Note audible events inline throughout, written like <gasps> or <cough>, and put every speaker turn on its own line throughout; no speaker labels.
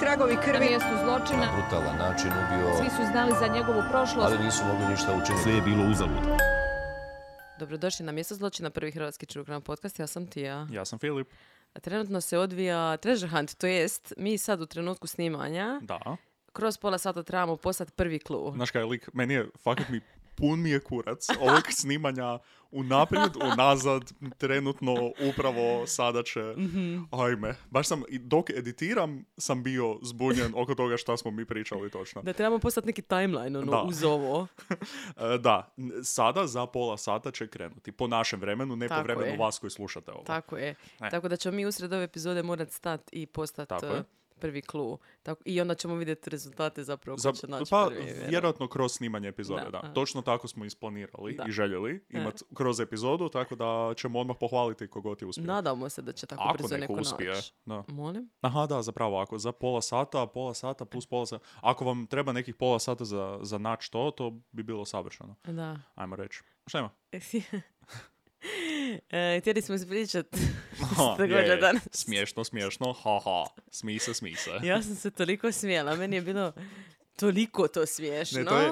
tragovi
Na
krvi.
mjestu zločina
brutalan način
svi
ubio,
su znali za njegovu prošlost.
ali nisu mogli ništa učiniti.
Sve je bilo uzalud.
Dobrodošli na mjesto zločina prvi hrvatski čurukrana podcast, ja sam Tija.
Ja sam Filip.
A Trenutno se odvija Treasure Hunt, to jest mi sad u trenutku snimanja
Da.
kroz pola sata trebamo poslati prvi clue.
Znaš kaj, lik, meni je, fakat mi, pun mi je kurac
<laughs>
ovog snimanja unaprijed, unazad, trenutno, upravo, sada će.
Mhm.
Ajme. Baš sam, i dok editiram, sam bio zbunjen oko toga šta smo mi pričali točno.
Da trebamo poslati neki timeline ono,
Da.
uz ovo.
<laughs> E, Da, n- sada za pola sata će krenuti. Po našem vremenu, ne po
Tako
vremenu
je.
vas koji slušate ovo.
Tako je.
E.
Tako da ćemo mi usred ove epizode morati stati i postati
Tako je.
eh, prvi clue. Tako, I onda ćemo vidjeti rezultate zapravo ko
Za-
će naći
pa,
prvi. vjerojatno.
vjerojatno kroz snimanje epizode, da.
Da, a.
Točno tako smo isplanirali
Da. E.
i željeli imati kroz epizodu, tako da ćemo odmah pohvaliti kogod je uspio.
Nadamo se da će tako
Ako
brzo
neko uspije.
naći.
Da.
Molim?
Aha, da, zapravo, ako za pola sata, pola sata plus pola sata. Ako vam treba nekih pola sata za, za naći to, to bi bilo savršeno.
Da. <laughs>
Ajmo reći. Šta ima?
e, htjeli smo ispričat.
Aha,
Što se događa danas.
Smiješno, smiješno. Haha. Smi se, smi se.
ja sam se toliko smijela, meni je bilo toliko to smiješno.
Ne, to je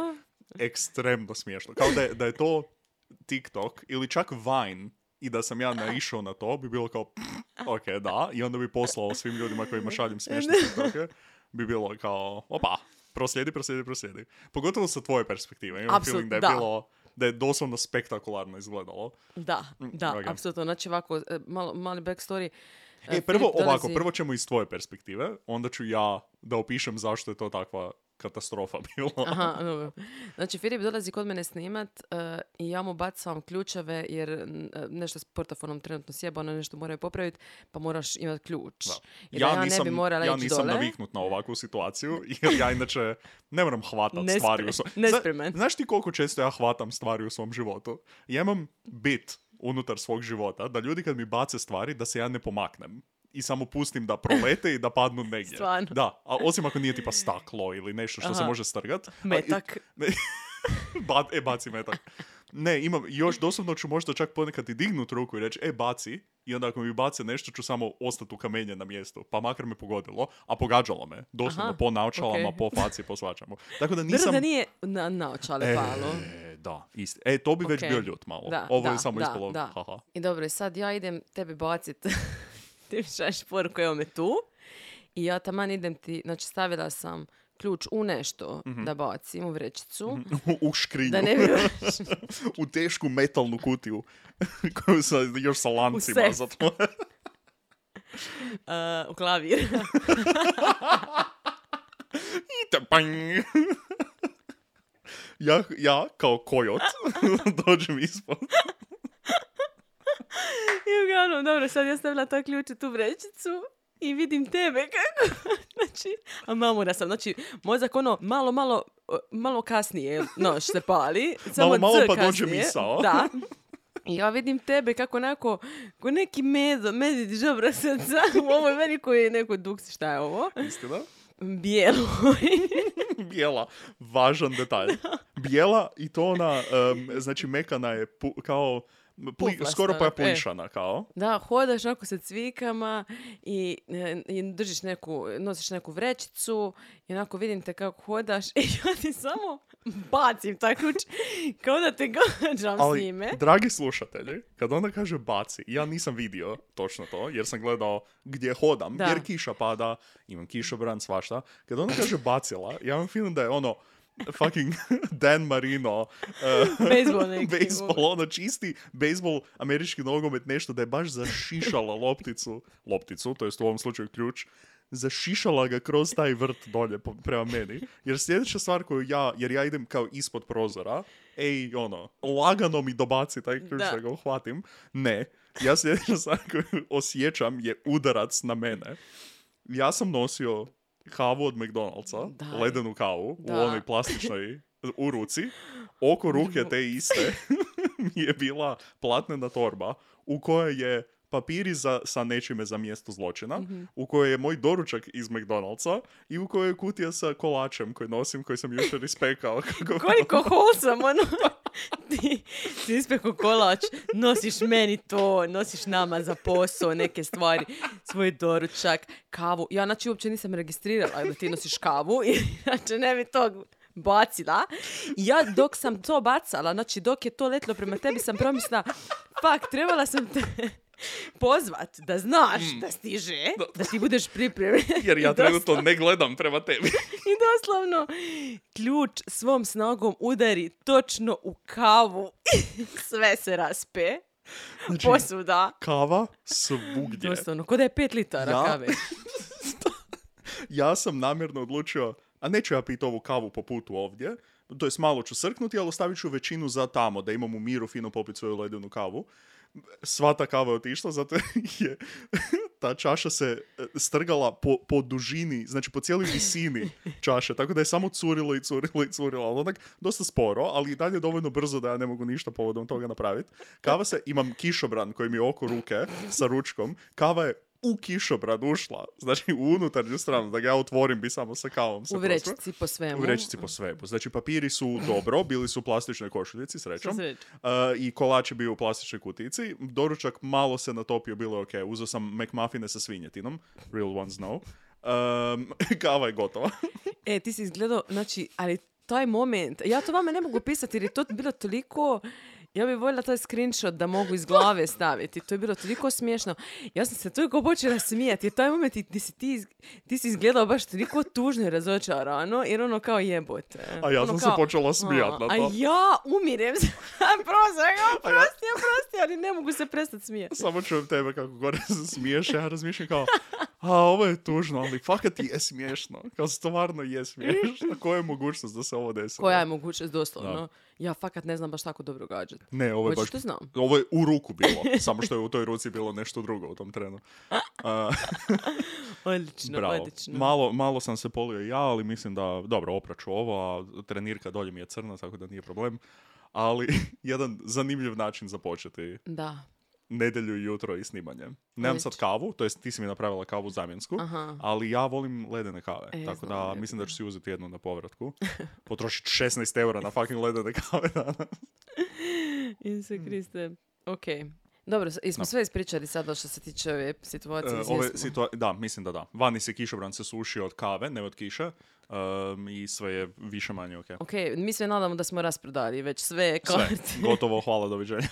ekstremno smiješno. Kao da je, da je to TikTok ili čak Vine i da sam ja naišao na to, bi bilo kao "Pff, ok, da, i onda bi poslao svim ljudima kojima šaljem smiješne TikToke, bi bilo kao, opa, proslijedi, proslijedi, proslijedi. Pogotovo sa tvoje perspektive. Imam
Apsolut-
feeling da je
da.
bilo da je doslovno spektakularno izgledalo.
Da, da,
Mm, ok.
apsolutno. Znači ovako, e, malo, mali backstory.
E,
E,
prvo
Filip
ovako,
dolazi-
prvo ćemo iz tvoje perspektive, onda ću ja da opišem zašto je to takva katastrofa <laughs> bila.
Aha, dobro. Znači, Filip dolazi kod mene snimat e, i ja mu bacam ključeve jer n- e, nešto s portafonom trenutno sjebano, nešto moraju popraviti, pa moraš imati ključ.
Da.
Jer da ja, ne bi morala
ja
ići
nisam
dole.
naviknut na ovakvu situaciju, <laughs> jer ja inače ne moram hvatat
Nespre-
stvari u svom...
nespreman.
Zna- Znaš ti koliko često ja hvatam stvari u svom životu? Ja imam bit unutar svog života da ljudi kad mi bace stvari da se ja ne pomaknem i samo pustim da prolete i da
<laughs>
padnu negdje.
Stvarno?
Da, a osim ako nije tipa staklo ili nešto što se
Aha.
može strgat. A i-
Metak.
ne, ba, e, baci metak. Ne, imam, još doslovno ću možda čak ponekad i dignut ruku i reći, e, baci, i onda ako mi bace nešto ću samo ostati u kamenje na mjestu, pa makar me pogodilo, a pogađalo me, doslovno,
Aha,
po naučalama,
okej.
po faci, po svačemu. Tako da
Dobro
nisam...
da nije na, naočale
E,
palo.
da, isti. E, to bi već
Okej.
bio ljut malo.
Da,
Ovo je
da,
samo
da,
ispalo,
da.
haha. <laughs>
I dobro, i sad ja idem tebi bacit. <laughs> ti mi šalješ poruku, evo me tu. I ja taman idem ti, znači stavila sam ključ u nešto da bacim u vrećicu.
u škrinju,
Da <laughs> ne bi
u tešku metalnu kutiju, <laughs> koju sa, još sa lancima
sef.
zato.
Uh, u klavir.
Tapang. ja, ja, kao kojot, <laughs> dođem ispod.
I uglavnom, dobro, sad ja stavila ta ključ u tu vrećicu i vidim tebe kako. <laughs> znači, a mamura sam. Znači, mozak ono malo, malo, e, malo kasnije noć se
<laughs>
pali. Samo
Malo, malo
C
pa dođe
kasnije.
misao. <laughs>
Da. I ja vidim tebe kako onako, ko neki medo, medi žabra srca u ovoj meni koji je neko duksi, šta je ovo?
Istina?
Bijelo.
Bijela, važan detalj. Bijela i to ona, em, znači mekana je pu- kao, pli-
Puflasta,
skoro pa je
e.
plišana, kao.
Da, hodaš onako sa cvikama i, e, i držiš neku, nosiš neku vrećicu i onako vidim te kako hodaš <laughs> i ja ti samo bacim taj ključ kao da te <laughs> gađam s
Ali,
njime.
dragi slušatelji, kad ona kaže baci, ja nisam vidio točno to, jer sam gledao gdje hodam,
Da.
jer kiša pada, imam kišobran, svašta. Kad ona kaže bacila, ja imam film da je ono, fucking <laughs> Dan Marino, eh,
Bejzbol
<laughs>
neki.
Bejsbol, ono čisti bejsbol, američki nogomet, nešto da je baš
<laughs>
zašišala lopticu, lopticu, to jest u ovom slučaju ključ, zašišala ga kroz taj vrt dolje po- prema meni. Jer sljedeća stvar koju ja, jer ja idem kao ispod prozora, ej, ono, lagano mi dobaci taj ključ da,
Da.
ga uhvatim. Ne, ja sljedeća stvar koju osjećam je udarac na mene. Ja sam nosio kavu od McDonald'sa,
Daj.
ledenu kavu, u
Da.
onoj plastičnoj u ruci,
<laughs>
<laughs> oko ruke te iste mi je bila platnena torba u kojoj je papiri za, sa nečime za mjesto zločina, u kojoj je moj doručak iz McDonald'sa i u kojoj je kutija sa kolačem koji nosim, koji sam jučer ispekao. Kako
Koliko wholesome, ono. ti, ti ispeko kolač, nosiš meni to, nosiš nama za posao neke stvari, svoj doručak, kavu. Ja znači uopće nisam registrirala da ti nosiš kavu, <laughs> i znači ne bi to bacila. I ja dok sam to bacala, znači dok je to letilo prema tebi, sam promislila, fak, trebala sam te <laughs> pozvat da znaš da stiže, da. ti budeš pripremljen.
<laughs> Hmm. Jer ja
I doslovno-
trenutno ne gledam prema tebi.
<laughs> i doslovno ključ svom snagom udari točno u kavu. <laughs> Sve se raspe.
Znači,
Posuda.
kava svugdje.
Doslovno, k'o da je pet litara
Ja? <laughs>
kave.
Ja sam namjerno odlučio, a neću ja piti ovu kavu po putu ovdje, to jest malo ću srknuti, ali ostavit ću većinu za tamo, da imam u miru fino popiti svoju ledenu kavu. Sva ta kava je otišla, zato <laughs> je ta čaša se e, strgala po, po dužini, znači po cijeloj visini čaše, tako da je samo curilo i curilo i curilo, ali onak dosta sporo, ali i dalje dovoljno brzo da ja ne mogu ništa povodom toga napraviti. Kava se, imam kišobran koji mi je oko ruke sa ručkom, kava je u kišobran ušla, znači u unutarnju stranu, da ga ja otvorim bi samo sa kavom. se
U vrećici po svemu.
u vrećici po svemu. Znači, papiri su dobro, bili su u plastičnoj košuljici, srećom.
Sa srećom.
Uh, I kolač je bio u plastičnoj kutici. Doručak malo se natopio, bilo je ok. Uzeo sam McMuffine sa svinjetinom. Real ones know. Um, <laughs> kava je gotova.
E, ti si izgledao, znači, ali taj moment, ja to vama ne mogu pisati jer je to bilo toliko... Ja bih voljela taj screenshot da mogu iz glave staviti. To je bilo toliko smiješno. Ja sam se toliko počela smijati. Jer taj moment i ti si, ti, iz- ti si izgledao baš toliko tužno i razočarano. Jer ono kao jebote.
A ja
Ono
sam se
kao,
počela smijat na
a,
to.
A ja umirem. <laughs> prosti, prosti, prosti, ali ne mogu se prestati smijati.
Samo čujem tebe kako gore se smiješ, ja razmišljam kao, a ovo je tužno, ali fakat je smiješno. Kao stvarno
<laughs>
je smiješno. Koja je mogućnost da se ovo desi?
Koja je mogućnost doslovno?
Da.
Ja fakat ne znam baš tako dobro gađat.
Ne, ovo je
Hoćeš
baš...
to znam?
Ovo je u ruku bilo, samo što je u toj ruci bilo nešto drugo u tom trenu. A,
Odlično,
bravo.
odlično.
Malo, malo sam se polio i ja, ali mislim da, dobro, opraću ovo, a trenirka dolje mi je crna, tako da nije problem. Ali <laughs> jedan zanimljiv način započeti
Da.
nedjelju i jutro i snimanje. Nemam sad
Već.
kavu, to jest ti si mi napravila kavu zamjensku,
Aha.
ali ja volim ledene kave.
E, ja
tako
znam,
da
ja
mislim da ću si uzeti jednu na
<laughs>
povratku. Potrošiti 16 eura na fucking ledene <laughs> kave danas.
Isuse Kriste. Ok. Dobro, s- jesmo
Mm. No.
sve ispričali sada što se tiče ove situacije.
E,
s
ove
jesmo.
situa- da, mislim da da. Vani se kišobran se suši od kave, ne od kiše. um, I sve je više manje ok.
Ok, mi sve nadamo da smo rasprodali već sve
Sve,
karte. <laughs>
gotovo, hvala, doviđenja.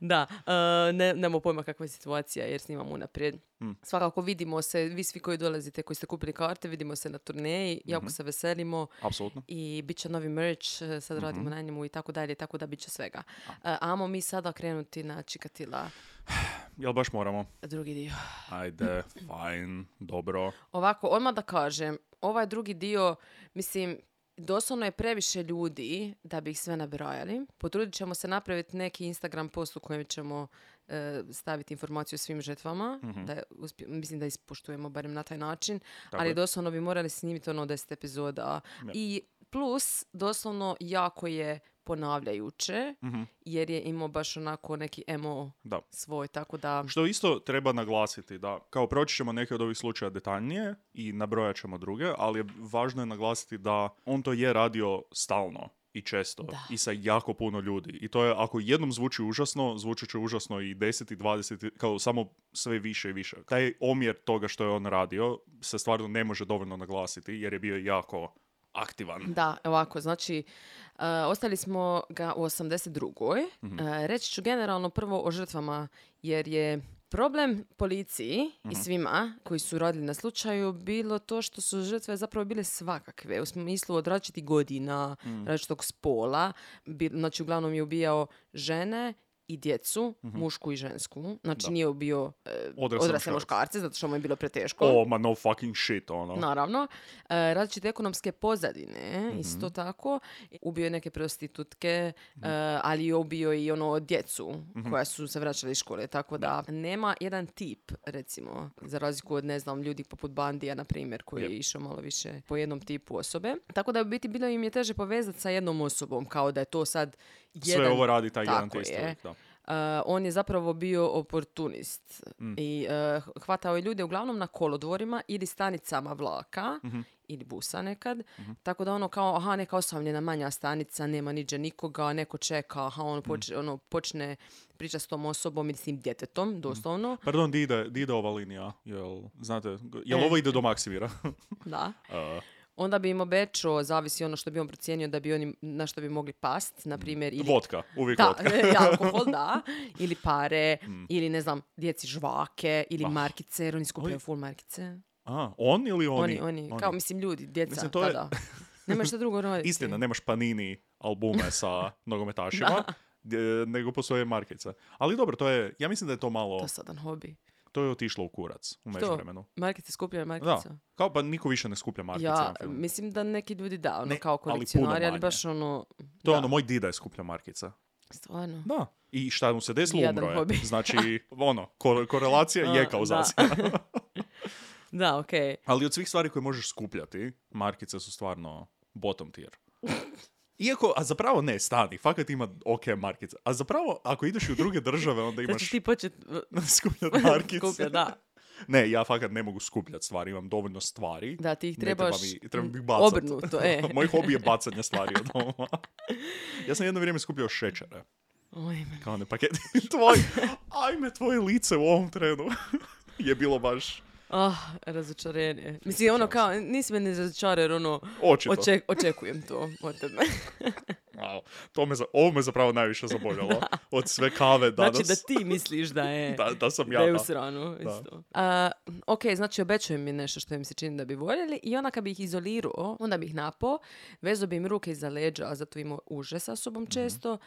da, e, ne, nemamo pojma kakva je situacija jer snimamo unaprijed.
Mm.
Svakako vidimo se, vi svi koji dolazite, koji ste kupili karte, vidimo se na turneji,
Mhm.
jako se veselimo
Apsolutno.
i bit će novi merch, e, sad
Mhm.
radimo na njemu i tako dalje, tako da bit će svega. E, amo mi sada krenuti na Čikatila
Jel baš moramo?
drugi dio.
Ajde, fajn, dobro.
Ovako, odmah da kažem, ovaj drugi dio, mislim, doslovno je previše ljudi da bi ih sve nabrajali. Potrudit ćemo se napraviti neki Instagram post u kojem ćemo e, staviti informaciju o svim žrtvama. Da je uspje- mislim da ispoštujemo barem na taj način.
Mhm. Tako
ali
je.
doslovno bi morali snimiti ono 10 epizoda. I plus, doslovno jako je ponavljajuće, jer je imao baš onako neki emo
Da.
svoj, tako da...
Što isto treba naglasiti, da kao proći ćemo neke od ovih slučaja detaljnije i nabrojat ćemo druge, ali je- važno je naglasiti da on to je radio stalno i često
Da.
i sa jako puno ljudi. I to je, ako jednom zvuči užasno, zvučit će užasno i 10 i 20, i- kao samo sve više i više. Taj omjer toga što je on radio se stvarno ne može dovoljno naglasiti jer je bio jako aktivan.
Da, ovako, znači, e, ostali smo ga u 82.
Mhm.
E, reći ću generalno prvo o žrtvama, jer je problem policiji
Mhm.
i svima koji su radili na slučaju bilo to što su žrtve zapravo bile svakakve, u smislu od različitih godina,
Mhm.
različitog spola, Bil- znači uglavnom je ubijao žene i djecu, mušku i žensku. Znači
Mhm. Da.
nije ubio e,
Odrasle
odrasle
muškarce.
muškarce, zato što mu je bilo preteško.
O, Oh, ma no fucking shit, ono.
Naravno. E, različite ekonomske pozadine, isto tako. Ubio je neke prostitutke, e, ali je ubio i ono djecu koja su se vraćala iz škole. Tako da nema jedan tip, recimo, za razliku od, ne znam, ljudi poput Bandija, na primjer, koji je
Je.
išao malo više po jednom tipu osobe. Tako da u biti bilo im je teže povezati sa jednom osobom, kao da je to sad jedan...
Sve ovo radi taj jedan
Tako
te isti
je.
lik, da.
eh, on je zapravo bio oportunist i eh, hvatao je ljude uglavnom na kolodvorima ili stanicama vlaka ili busa nekad, tako da ono kao, aha, neka osamljena manja stanica, nema niđe nikoga, neko čeka, aha, on počne, ono, počne priča s tom osobom ili s tim djetetom, doslovno,
Pardon, di ide, di ide ova linija? Jel, znate, jel
E.
ovo ide do <laughs> Uh, Maksimira?
da.
A,
Onda bi im obećao, zavisi ono što bi on procijenio da bi oni, na što bi mogli past, na primjer, ili
vodka, uvijek
Da,
vodka. <laughs>
e, alkohol, da. Ili pare,
Mm.
ili ne znam, djeci žvake,
Ah.
ili markice, jer oni skupljaju
Oj.
full markice.
A, on ili oni?
Oni, oni, kao mislim ljudi, djeca,
Mislim, to je- <laughs>
tada. Nema što drugo raditi.
Istina, nemaš panini
<laughs>
albume sa nogometašima, gdje- nego postoje markice. Ali dobro, to je, ja mislim da je to malo,
Dosadan hobi.
to je otišlo u kurac u međuvremenu.
Markice skupljaju
Da,
markice?
kao pa niko više ne skuplja markice
Ja,
na filmu.
mislim da neki ljudi da, ono
Ne,
kao
ali puno
kolekcionari, ali,
manje.
baš ono...
To je
da,
ono, moj dida je skuplja markice.
Stvarno.
Da. I šta mu se desilo,
Jadan
umro je.
hobi. <laughs>
Znači, ono, ko- korelacija
A,
je kao
da.
zasjena.
Da, okej.
<laughs> Ali od svih stvari koje možeš skupljati, markice su stvarno bottom tier. Iako, a zapravo ne, stani, fakat ima ok markice. A zapravo, ako ideš i u druge države, onda
<laughs> Sad
imaš
ćeš ti počet
<laughs> skupljat
<laughs>
markice.
skupljati, da.
Ne, ja fakat ne mogu skupljat stvari, imam dovoljno stvari.
Da, ti ih
Ne treba
trebaš
mi- treba mi bacat.
obrnuto, e.
<laughs> Moj
<laughs>
hobi je bacanje stvari od doma. ja sam jedno vrijeme skupljao šećere.
Ojme.
Kao ne paket. <laughs> Tvoj, ajme tvoje lice u ovom trenu. <laughs> je bilo baš
Ah, razočarenje. Mislim, ono kao, nisi me ne razočarao jer ono,
očito.
oček- očekujem to od tebe.
Wow. To me za, ovo me zapravo najviše
<laughs>
zaboljalo. Od sve kave danas.
Znači da ti misliš da je...
da, da sam
da
ja.
je u
da.
sranu,
Da.
isto. A, ok, znači obećaju mi nešto što im se čini da bi voljeli i onda kad bi ih izolirao, onda bi ih napao, vezao bi im ruke iza leđa, a zato imao uže sa
Mhm.
sobom često,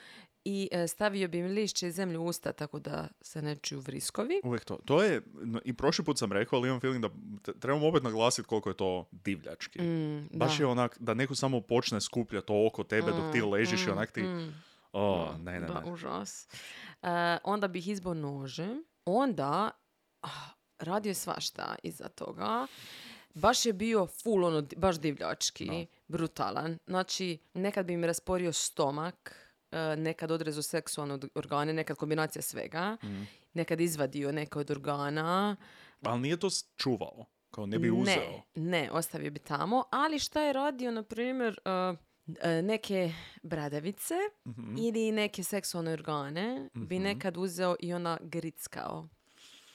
i e, stavio bi im lišće i zemlju u usta tako da se ne čuju vriskovi.
Uvijek to. To je, no, i prošli put sam rekao, ali imam feeling da t- trebamo opet naglasiti koliko je to divljački.
Mm,
Baš
da.
je onak, da neko samo počne skupljati to oko tebe dok ti ležiš i onak ti... O, ne, ne, ne.
Mm, Da, Ono, užas. E, onda bih izbao nožem. Onda ah, radio je svašta iza toga. Baš je bio full, ono, di- baš divljački, brutalan. Znači, nekad bi im rasporio stomak, e, nekad odrezo seksualne od- organe, nekad kombinacija svega,
Mhm.
nekad izvadio neke od organa.
Ali nije to s- čuvao. Kao ne bi uzeo.
Ne, ne, ostavio bi tamo. Ali šta je radio, na primjer, e, e, neke bradavice
Mhm.
ili neke seksualne organe bi nekad uzeo i ona grickao.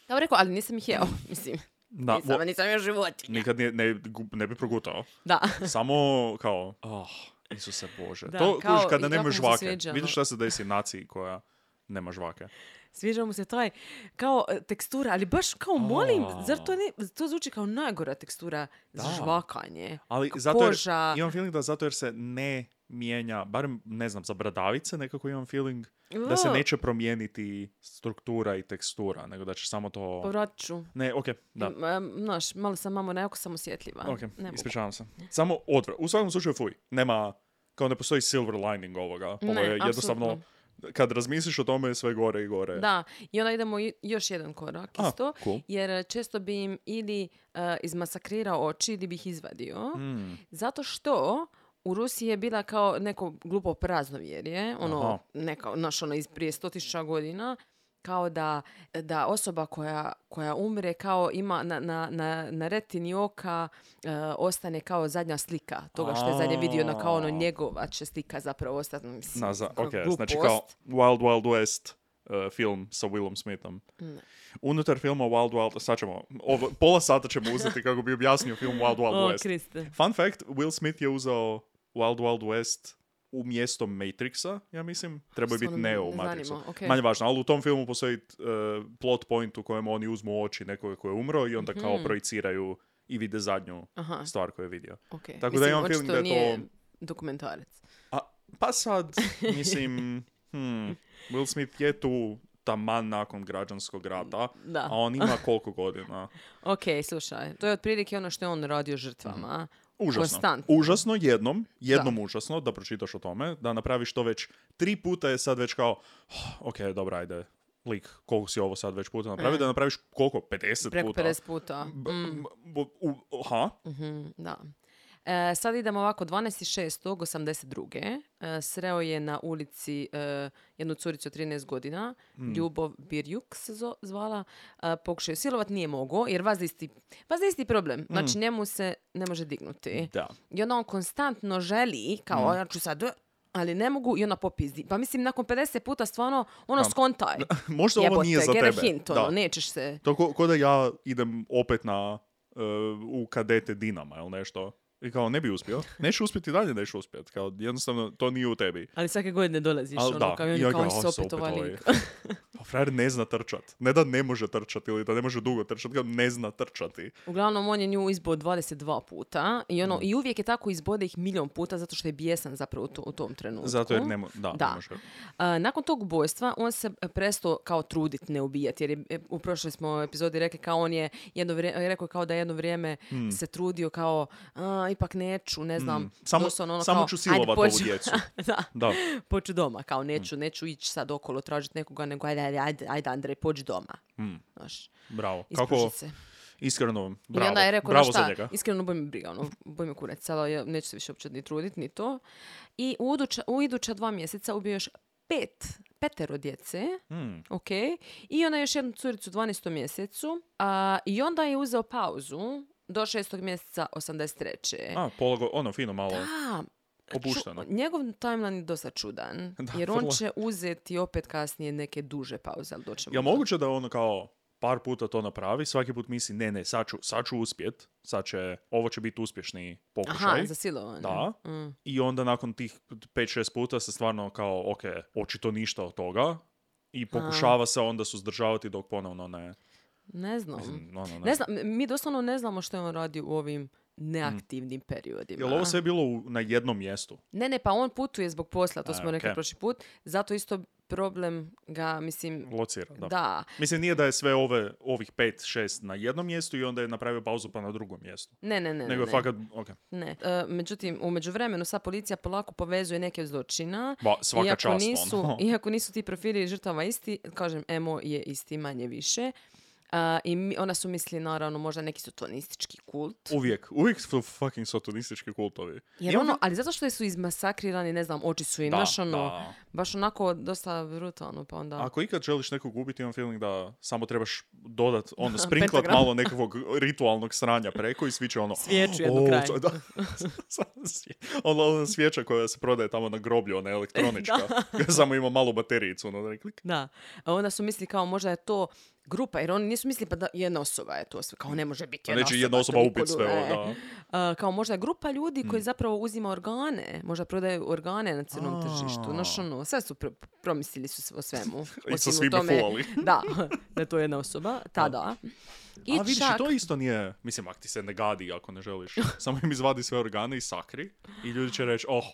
Ja bih rekao, ali nisam ih jeo, <laughs> mislim.
Da,
nisam,
vo-
nisam još životinja.
nikad nije- ne, gu- ne bi progutao.
Da, <laughs>
<laughs> Samo kao, oh, Isuse Bože.
Da,
to
kao
kužiš kada
i kako
nema
mu se
žvake.
sviđa, ono.
Vidiš šta se desi naciji koja nema žvake.
sviđa mu se taj kao e, tekstura, ali baš kao molim,
A.
zar to ne, to zvuči kao najgora tekstura za
Da.
žvakanje.
Ali
K-
zato jer,
koža.
imam feeling da zato jer se ne mijenja, barem ne znam, za bradavice nekako imam feeling da se
Ugh.
neće promijeniti struktura i tekstura, nego da će samo to...
Povratit ću.
Ne, okej, da.
M, em, Znaš, malo sam mamo, nekako sam osjetljiva.
Ok,
ne mogu.
ispričavam se. Samo odvrat. U svakom slučaju, fuj, nema, kao ne postoji silver lining ovoga. Ovo
Ne,
je jednostavno, kad razmisliš o tome, je sve gore i gore.
Da, i onda idemo i- još jedan korak
A,
isto,
cool.
jer e, često bi im ili e, izmasakrirao oči ili bi ih izvadio,
Mm,
zato što u Rusiji je bila kao neko glupo praznovjerje, ono,
Aha.
neka, naš, ono, iz prije 100.000 godina, kao da, da osoba koja, koja umre kao ima na, na, na, na retini oka e, ostane kao zadnja slika toga što je zadnje vidio, ono, kao ono
A.
njegova će slika zapravo ostati. Mislim,
naza-
kako
ok, znači kao
glupost.
Wild Wild West eh, film sa Willom Smithom. Unutar filma Wild Wild, sad ćemo, ovo, pola sata ćemo uzeti kako bi objasnio film Wild Wild
<laughs> O,
West.
Kriste.
Fun fact, Will Smith je uzeo Wild Wild West u mjesto Matrixa, ja mislim. Treba je biti
Stvarno me
Neo u
ne
Matrixu.
zanima, okej.
Manje važno, ali u tom filmu postoji eh, plot point u kojem oni uzmu oči nekoga koji je umro i onda kao projiciraju i vide zadnju
Mhm. Aha.
stvar koju je vidio.
Ok,
da
Mislim,
imam feeling
očito
da je
nije
to-
dokumentarac.
A, pa sad, mislim, hmm, Will Smith je tu taman nakon građanskog rata,
Da.
a on ima koliko
<laughs>
godina?
Ok, slušaj, to je otprilike ono što je on radio žrtvama.
Mhm. Užasno.
Konstantno.
Užasno jednom, jednom užasno, da pročitaš o tome, da napraviš to već tri puta je sad već kao, "Oh, ok, dobra, ajde, lik, koliko si ovo sad već puta napravio, da napraviš koliko, 50
Mm. Preko Mm.
puta?
50 puta.
B- m- b- u- aha,
Mhm, da. E, sad idemo ovako, 12.6.82. E, sreo je na ulici e, jednu curicu od 13 godina,
Mhm.
Ljubov Birjuk se zo- zvala. E, pokušao je silovat, nije mogao, jer vas isti, vas isti problem.
Mhm.
Znači, njemu se ne može dignuti.
Da.
I onda on konstantno želi, kao,
Mm.
ja ću sad, ali ne mogu i ona popizdi. Pa mislim, nakon 50 puta stvarno, ono
Da. <laughs>
skontaj.
Možda ovo
Jebote,
nije za
get a
tebe.
hint, ono,
da.
nećeš se...
To ko, ko da ja idem opet na e, u kadete Dinama ili nešto. I kao, ne bi uspio. Neš uspjeti i dalje, neš uspjeti. Kao, jednostavno, to nije u tebi.
Ali svake godine dolaziš,
Ali
ono,
da,
kao, i oni
ja
kao,
ga,
"Aj,
"A,
se
se
opet
opet
ovaj
ovaj." <laughs>
lik."
Pa frajer ne zna trčat. Ne da ne može trčati ili da ne može dugo trčati, ga ne zna trčati.
Uglavnom, on je nju izbao 22 puta i,
Mm.
ono, i uvijek je tako izbode ih milion puta zato što je bijesan zapravo u, to- u tom trenutku.
Zato jer ne, mo- da,
Da.
ne može.
A, nakon tog ubojstva on se e, prestao kao trudit ne ubijati jer je, e, u prošloj smo epizodi rekli kao on je jedno vrijeme, rekao je kao da je jedno vrijeme
Hmm.
se trudio kao "A, ipak neću, ne znam.
Samo,
doslovno ono
samo
kao,
ću
"Ajde,
silovat ovu
poću."
djecu.
<laughs>
Hmm.
da.
Da.
pođu doma, kao neću, neću ići sad okolo tražiti nekoga, nego ajde, ajde, ajde, ajde Andrej, pođi doma. Znaš,
Bravo. Hmm. Kako,
ispuši se.
iskreno,
I
bravo.
onda je rekao,
bravo
"Znaš šta,
za njega.
iskreno boj me briga, ono, boj me kurac, sada ja neću se više uopće ni trudit, ni to. I u, iduća- u iduća dva mjeseca ubio još pet, petero djece,
Mm.
ok, i onda još jednu curicu u 12. mjesecu, a, i onda je uzeo pauzu do 6. mjeseca 83.
A, pologo, ono, fino malo.
Da, ču-
Opušteno.
njegov timeline je dosta čudan,
<laughs> Da,
jer on
vrlo.
će uzeti opet kasnije neke duže pauze, ali doćemo.
Ja
do-
moguće da ono kao par puta to napravi, svaki put misli ne, ne, sad ću, sad ću uspjet, sad će, ovo će biti uspješni pokušaj.
Aha, za silovanje.
Da.
Mm.
I onda nakon tih 5-6 puta se stvarno kao, ok, očito ništa od toga i pokušava se onda suzdržavati dok ponovno ne,
Ne znam.
mislim, ono, ne.
Ne znam, mi doslovno ne znamo što je on radio u ovim neaktivnim periodima.
Mm. Jel ovo sve je bilo u- na jednom mjestu?
Ne, ne, pa on putuje zbog posla, to
A,
smo rekli
okej.
prošli put. Zato isto problem ga, mislim,
Locira, da.
da.
Mislim, nije da je sve ove, ovih 5-6 na jednom mjestu i onda je napravio pauzu pa na drugom mjestu.
Ne, ne, ne.
Nego
ne,
je
ne.
fakat, ok,
Ne. E, međutim, u međuvremenu sad policija polako povezuje neke od zločina.
ba, svaka
iako,
čast,
nisu,
<laughs> ono.
iako nisu ti profili žrtava isti, kažem, emo je isti manje više. A, I mi- ona su misli, naravno, možda neki satanistički kult.
Uvijek, uvijek su fucking satanistički kultovi.
Jer
Imam
ono, ali zato što su izmasakrirani, ne znam, oči su im,
Da,
znaš, ono,
da.
baš onako dosta brutalno, pa onda...
Ako ikad želiš nekog ubiti, imam feeling da samo trebaš dodat,
<laughs>
ono, sprinklat
Pentagram.
malo nekakvog ritualnog sranja preko i svi će ono...
Svijeću jednu
"O,
kraj."
to- Da, <laughs> Samo svije- ono, ona svijeća koja se prodaje tamo na groblju,
<laughs>
ona elektronička. Samo ima malu baterijicu, ono, da klik.
Da. A onda su misli kao možda je to grupa, jer oni nisu misli pa da jedna osoba je to sve, kao ne može biti
Pa
jedna
neće jedna osoba
to
ubit
nikad,
sve ovo,
ne.
da.
e.
Hmm.
A, kao možda je grupa ljudi koji zapravo uzima organe, možda prodaju organe na crnom tržištu, znaš ono, sve su pro- promislili su s- o
<laughs>
svemu.
I
osim
sa
u
svime
tome-
fulali.
<laughs> Da, da je to jedna osoba, tada. I
A vidiš, i
čak,
to isto nije, mislim, ak ti se ne gadi ako ne
<laughs>
želiš, samo im izvadi sve organe i sakri i ljudi će reći, oh,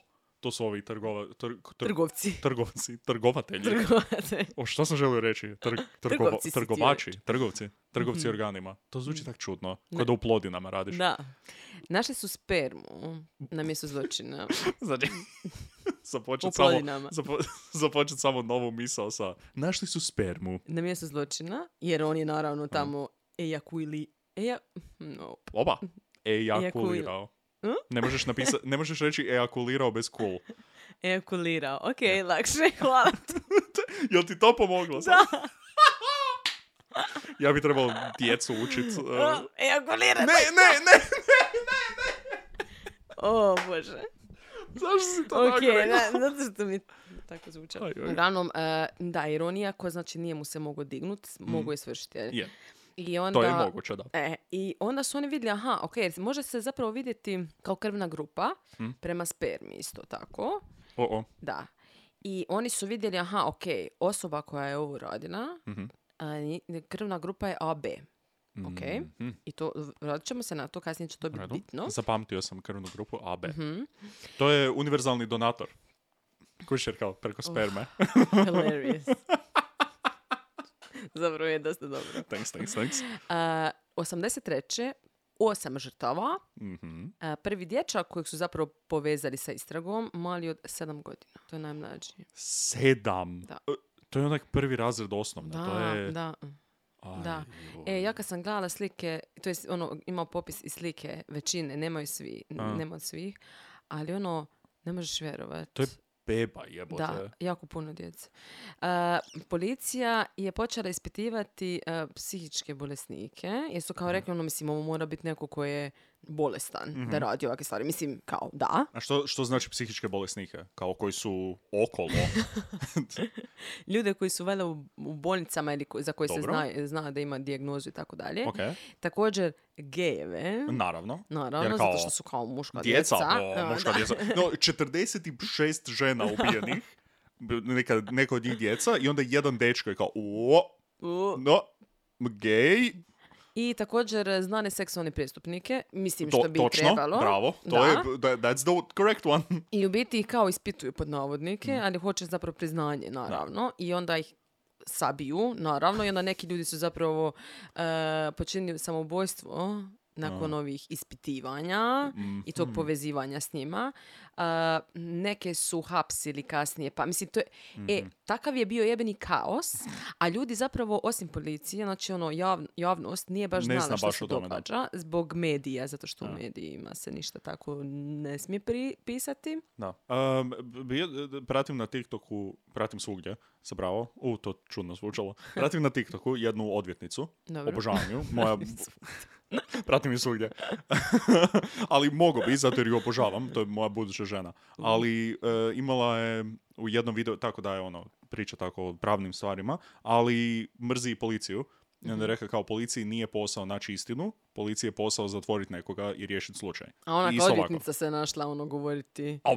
to su ovi trgova, trg- trg-
trgovci.
trgovci, trgovatelji.
<laughs> Trgovate.
O, što sam želio reći?
<laughs>
Trg- trgova-
Trgovci si ti
trgovači, trgovci, trgovci organima. To zvuči tak čudno, kao da u plodinama radiš.
Da. Našli su spermu na mjestu zločina.
Znači, <laughs> započet
U
samo,
plodinama.
zapo- <laughs> započet samo novu misao sa, našli su spermu.
Na mjestu zločina, Mm. jer on je naravno tamo ejakuili... Eja... No.
Oba, ejakulirao.
Hm?
Ne možeš, napisa- ne možeš reći ejakulirao bez cool.
Ejakulirao. Ok, lakše, <laughs> hvala ti.
<laughs> Jel ti to pomoglo? sad? <laughs> ja bi trebao djecu
<laughs>
učit. e,
Ejakulirao.
Ne, ne, ne!
O, Bože.
Zašto si to
Ok,
tako rekao?
da, zato što mi tako zvuča.
Aj, aj.
Uglavnom, e, da, ironija, ko znači nije mu se mogao dignut, mogu je svršiti. je.
Mm. Je,
I onda...
to je moguće, da.
E, I onda su oni vidjeli, aha, ok, jer može se zapravo vidjeti kao krvna grupa
Mm.
prema spermi isto tako.
O, o.
Da. I oni su vidjeli, aha, ok, osoba koja je ovo radila, a, ni- krvna grupa je AB. Ok? I to, vratit ćemo se na to, kasnije će to biti
Redu.
bitno.
<laughs>
Mhm.
Zapamtio sam krvnu grupu AB. To je univerzalni donator. Kušer kao preko sperme. <laughs>
Hilarious. Zapravo je dosta dobro.
thanks, thanks, thanks.
A, 83. osam žrtava.
Mhm.
A, prvi dječak kojeg su zapravo povezali sa istragom, mali od 7 godina. To je najmlađi.
Sedam.
Da.
E, To je onak prvi razred osnovne.
Da,
to je
da.
Aj,
Da.
joj.
E, ja kad sam gledala slike, to jest ono, imao popis i slike većine, nemaju svi, n-
A.
nema od svih, ali ono, ne možeš vjerovat.
To je beba jebote.
Da, jako puno djece. E, policija je počela ispitivati e, psihičke bolesnike, jer su
Mhm.
kao rekli, ono, mislim, ovo mora biti neko ko je bolestan da radi ovakve stvari. Mislim, kao, da.
A što, što znači psihičke bolesnike? Kao koji su okolo.
<laughs> Ljude koji su vele u, u bolnicama ili ko- za koje se
Dobro.
zna, zna da ima dijagnozu i tako dalje.
ok,
Također, gejeve.
naravno.
Naravno,
Jer kao
zato što su kao muška
Djeca,
djeca.
o,
E,
muška
da.
djeca. No, 46 žena ubijenih. b- Neka, neko od njih djeca i onda jedan dečko je kao o,
U.
no, gej,
I također znane seksualne prestupnike, mislim
to,
što bi i
točno,
trebalo.
bravo, to
Da.
je, that- that's the
<laughs>
correct one.
I u biti ih kao ispituju pod navodnike,
Mhm.
ali hoće zapravo priznanje, naravno. I onda ih sabiju, naravno. I onda neki ljudi su zapravo e, počinili samoubojstvo
Mhm.
nakon ovih ispitivanja
Mm.
i tog povezivanja s njima. E, neke su hapsili kasnije. Pa mislim, to je, e,
Mhm.
takav je bio jebeni kaos, a ljudi zapravo, osim policije, znači ono, jav- javnost nije baš
Ne
znala
zna
što
baš
se
o tome, da.
događa zbog medija, zato što u medijima se ništa tako ne smije pri- pisati.
Da. Um, bi- pratim na TikToku, pratim svugdje, zapravo, u, to čudno zvučalo, pratim na TikToku jednu odvjetnicu,
Dobro.
obožavam
<laughs>
ju, moja... pratim ju svugdje. <laughs> Ali mogu bi, zato jer ju obožavam, to je moja buduća žena.
Mhm.
Ali e, imala je u jednom videu, tako da je ono, priča tako o pravnim stvarima, ali mrzi i policiju. I
Mhm.
onda je rekla kao policiji nije posao naći istinu, policiji je posao zatvoriti nekoga i riješiti slučaj.
A ona
I
kao
isto ovako.
odvjetnica se našla ono govoriti.
A,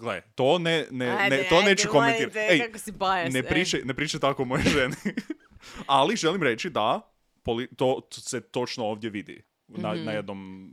gle, to ne, ne, ne, to neću komentirati. Ej,
kako si biased, e.
ne
ej.
priče, ne priče tako o mojoj ženi. <laughs> Ali želim reći da poli- to t- se točno ovdje vidi. Na,
Mhm.
na jednom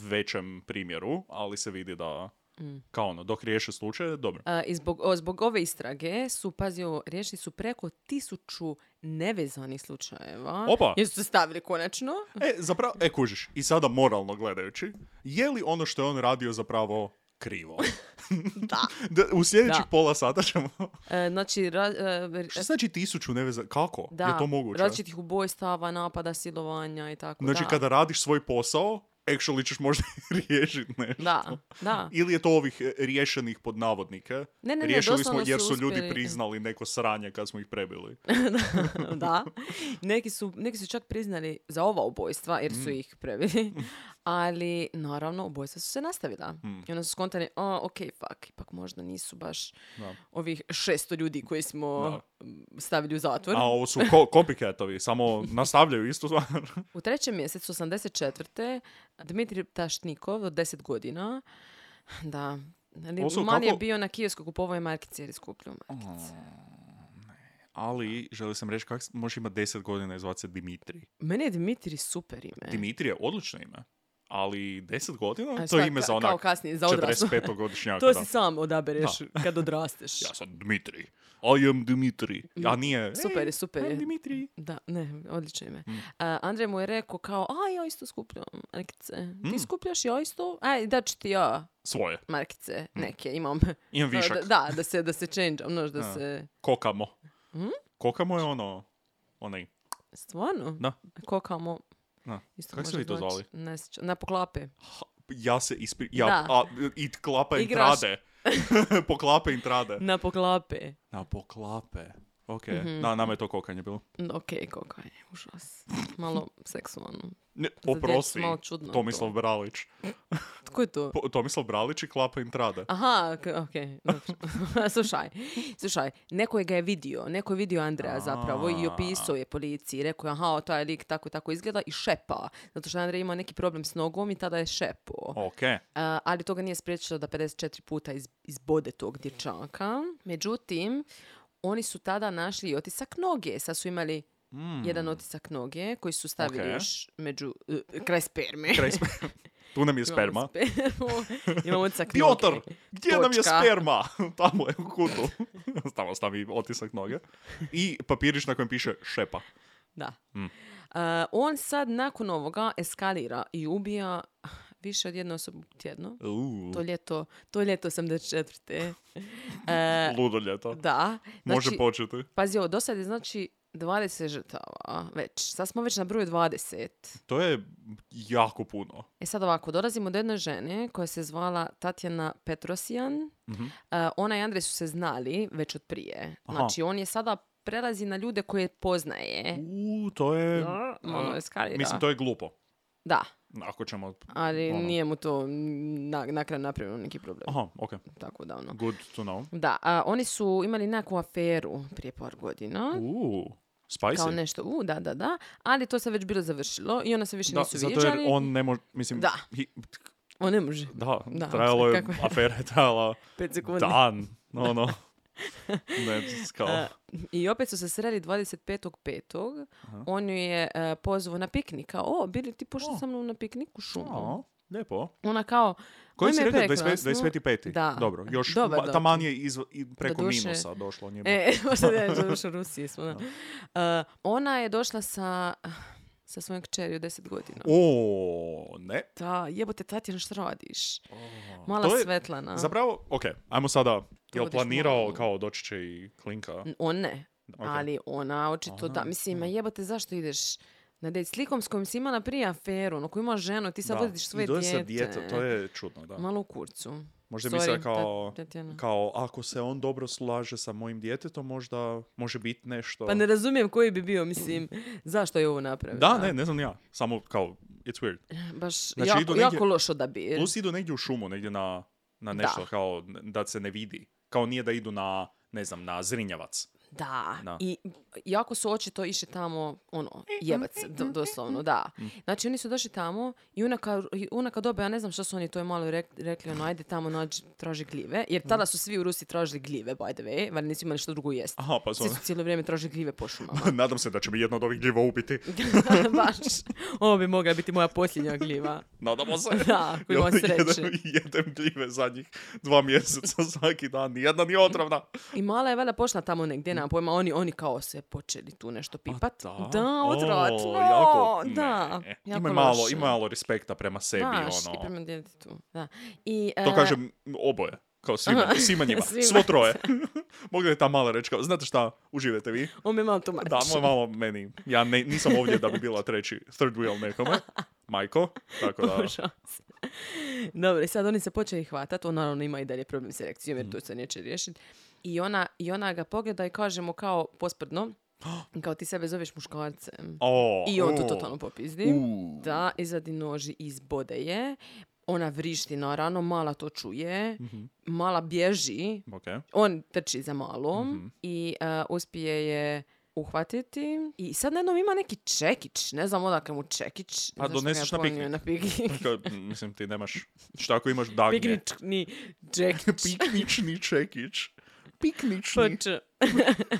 većem primjeru, ali se vidi da
Mm.
kao ono, dok riješe slučaje, dobro.
A, I zbog, o, zbog ove istrage su, pazio, riješili su preko tisuću nevezanih slučajeva.
Opa.
Jer su se stavili konačno.
E, zapravo, e, kužiš, i sada moralno gledajući, je li ono što je on radio zapravo krivo?
<laughs> Da.
Da, u sljedećih
Da.
pola sata ćemo...
E, znači, ra- e, r-
Što znači tisuću neveza... Kako
da,
je to moguće?
različitih ubojstava, napada, silovanja i tako.
Znači,
da.
kada radiš svoj posao, actually ćeš možda <laughs> riješiti nešto.
Da, da.
Ili je to ovih e, riješenih pod navodnike?
Ne, ne, ne,
Riješili smo
doslovno
jer
su
su ljudi
uspjeli.
priznali neko sranje kad smo ih prebili.
da. Neki su, neki su čak priznali za ova ubojstva, jer
Mm.
su ih preveli. Ali, naravno, ubojstva su se nastavila.
Mm.
I onda su skontani, a, ok, fuck, ipak možda nisu baš
Da.
ovih 600 ljudi koji smo m, stavili u zatvor.
A ovo su ko- copycatovi, samo nastavljaju istu stvar. <laughs>
U trećem mjesecu 84. Dmitri Tašnikov od 10 godina, da, ali
Ovo su
man je
kako-
bio na kiosku kupovao je markice jer je skupljao markice.
Ali, želio sam reći, kako možeš imati 10 godina i zvati se Dimitri?
Meni je Dmitri super ime.
Dimitri je odlično ime, ali 10 godina?
A
to
šta,
je ime
ka-
za
Kao
onak
kasnije, za odraslu. <laughs>
45-godišnjaka.
To
da.
si sam odabereš kad odrasteš.
<laughs> Ja sam Dmitri. I am Dimitri. A nije...
Mm. Super
"Ej,
je, super
I'm
je.
Dimitri.
Da, ne, odlično ime.
Mm.
A, Andrej mu je rekao kao, a ja isto skupljam markice.
Mm.
Ti skupljaš ja isto? Aj, da ću ti ja
Svoje.
markice neke, imam. <laughs>
Imam Mm. višak.
Da, da, da se, da se change, ono, da
A.
se...
Kokamo.
Mm?
Kokamo je ono, onaj,
Stvarno?
Da.
Kokamo.
Da.
Isto
Kako se
može
vi to
znači-
zvali?
Ne sjećam, na
<laughs>
poklape.
ha, ja se ispri... Ja,
Da.
a, i klapa im
Igraš. <laughs>
trade. poklape im trade.
Na poklape.
Na poklape. Ok,
Mhm.
na, nama je to kokanje bilo.
Ok, kokanje, užas. Malo seksualno.
Ne,
djecu
oprosti,
malo čudno
Tomislav Bralić.
Tko je <laughs> to?
Po- Tomislav Bralić i klapa im trade.
Aha, ok, okay dobro. <laughs> slušaj, slušaj, neko je ga je vidio, neko je vidio Andreja zapravo i opisao je policiji, rekao je, aha, taj lik tako i tako izgleda i šepa, zato što je Andrej ima neki problem s nogom i tada je šepo.
Ok,
A, ali to ga nije spriječilo da 54 puta iz, izbode tog dječaka. Međutim, oni su tada našli i otisak noge. Sad su imali jedan otisak noge koji su stavili
Mm. Ok.
još među, eh, kraj sperme.
kraj
<laughs>
spe- Tu nam je
Imamo
sperma.
spermu, <laughs>
<laughs>
Imamo otisak noge.
Piotr, gdje nam je
Točka.
sperma? <laughs> Tamo je u kutu. <laughs> Tamo stavi otisak noge. I papirić na kojem piše šepa.
Da.
Mm.
A, on sad nakon ovoga eskalira i ubija više od jedne osobe tjedno.
Uuu,
To ljeto, to ljeto 84.
<laughs> ludo ljeto.
Da.
Može
Znači,
početi.
Pazi ovo, do sad je znači 20 žrtava, već. Sad smo već na broju 20.
To je jako puno.
E sad ovako, dolazimo do jedne žene koja se zvala Tatjana Petrosijan.
Mhm.
E, ona i Andrej su se znali već od prije.
Aha.
Znači, on je sada prelazi na ljude koje poznaje.
U, to je...
Ja, ono,
a,
eskalira.
mislim, to je glupo.
Da,
Ako ćemo...
ali
Ono.
nije mu to mm, na, na kraju napravilo neki problem.
Aha, ok.
Tako da ono.
Good to know.
Da, a, oni su imali neku aferu prije par godina.
U, spicy.
Kao nešto, u, da, da, da. Ali to se već bilo završilo i ona se više
da,
nisu
zato jer
viđali.
on ne može... Mislim,
Da.
hi-
On ne može.
Da,
Da,
trajalo je,
kako je?
afera je trajala
Pet sekundi.
dan, no,
<laughs>
no. Ne, kao,
E, I opet su se sreli 25.5. On ju je e, pozvao na piknik. Kao, o, bili ti pošli
O.
sa mnom na piknik u šumu.
a, lijepo.
Ona kao,
Koji
"Ajme,
si rekao,
prekrasno."
25. peti?
Da.
Dobro, još
Dobar
ma,
datum.
taman je izv- i preko
Doduše-
minusa došlo njima.
E, <laughs> možda da je došla u Rusiji smo. da. E, ona je došla sa, sa svojom kćeri od 10 godina.
O, ne.
Da, jebote, Tatjana, šta radiš?
O,
Mala
to je-
Svetlana.
Zapravo, ok, ajmo sada, jel
vodiš
planirao
moralno.
kao doći će i klinka?
N- On ne,
Ok.
ali ona očito
Aha,
da. Mislim, ma jebote, zašto ideš na dejt s likom s kojim si imala prije aferu, ono koji ima ženu, ti sad
Da.
vodiš svoje
I dođe sa
dijete.
dijete, to je čudno, da.
Malo u kurcu.
Možda
Sorry,
misle kao,
Tat- Tatjana.
kao, ako se on dobro slaže sa mojim djetetom, možda može biti nešto.
Pa ne razumijem koji bi bio, mislim, zašto je ovo napravio.
Da, ne, ne znam ni ja. Samo kao, it's weird.
Baš
Znači,
jako,
idu negdje-
jako loš odabir.
Plus idu negdje u šumu, negdje na, na nešto
Da.
kao n- da se ne vidi. Kao nije da idu na, ne znam, na Zrinjavac.
Da.
Da.
I jako su očito išli tamo, ono, jebac, se, do- doslovno, da. Znači, oni su došli tamo i ona kad, i ona kad dobe, ja ne znam što su oni to malo rek- rekli, ono, ajde tamo nađi, traži gljive. Jer tada su svi u Rusiji tražili gljive, by the way, valjda nisu imali što drugo jesti.
Aha, pa
Svi
zove.
su cijelo vrijeme tražili gljive po šumama. <laughs>
<laughs> Nadam se da će mi jedno od ovih gljiva ubiti.
Baš, ovo bi mogla biti moja posljednja gljiva.
Nadamo se.
<laughs> Da, ako imam
Ja jedem,
sreće.
<laughs> jedem gljive zadnjih dva mjeseca <laughs> svaki dan. Nijedna nije otrovna.
I mala je valjda pošla tamo negdje, nemam pojma, oni, oni kao se počeli tu nešto pipat.
Da,
da
O,
odvratno,
jako-
da.
ne.
jako
ima, malo,
loše.
ima malo respekta prema sebi.
Baš,
ono.
i prema djetetu, da. I,
To
e,
kažem oboje. Kao svima,
Aha.
<laughs> svima njima.
<laughs> Svima.
Svo troje. <laughs> Mogla je ta mala reći kao, znate šta, uživajte vi.
On mi je malo tumač.
Da, moj malo meni. Ja ne, nisam ovdje da bi bila treći third wheel
<laughs>
nekome. Majko. Tako da.
Užas. <laughs> Dobro, i sad oni se počeli hvatati, on naravno ima i dalje problem s erekcijom
Mhm.
jer to se neće riješiti. I ona, I ona ga pogleda i kaže mu kao
<gasps>
posprdno, kao ti sebe zoveš muškarcem.
O,
I on to
u.
totalno popizdi. Da, izvadi noži i izbode je. Ona vrišti naravno, mala to čuje.
Mhm.
Mala bježi.
Ok.
On trči za malom
Mhm.
i e, uspije je uhvatiti. I sad na jednom ima neki čekić. Ne znam odakle mu čekić.
Pa
Zašto ga je
doneseš na
ponio Na
<laughs>
piknik.
Kao, mislim, ti nemaš... Šta ako imaš dagnje? <laughs>
Piknični čekić. Pa
Piknični čekić. Piknični,
Poč-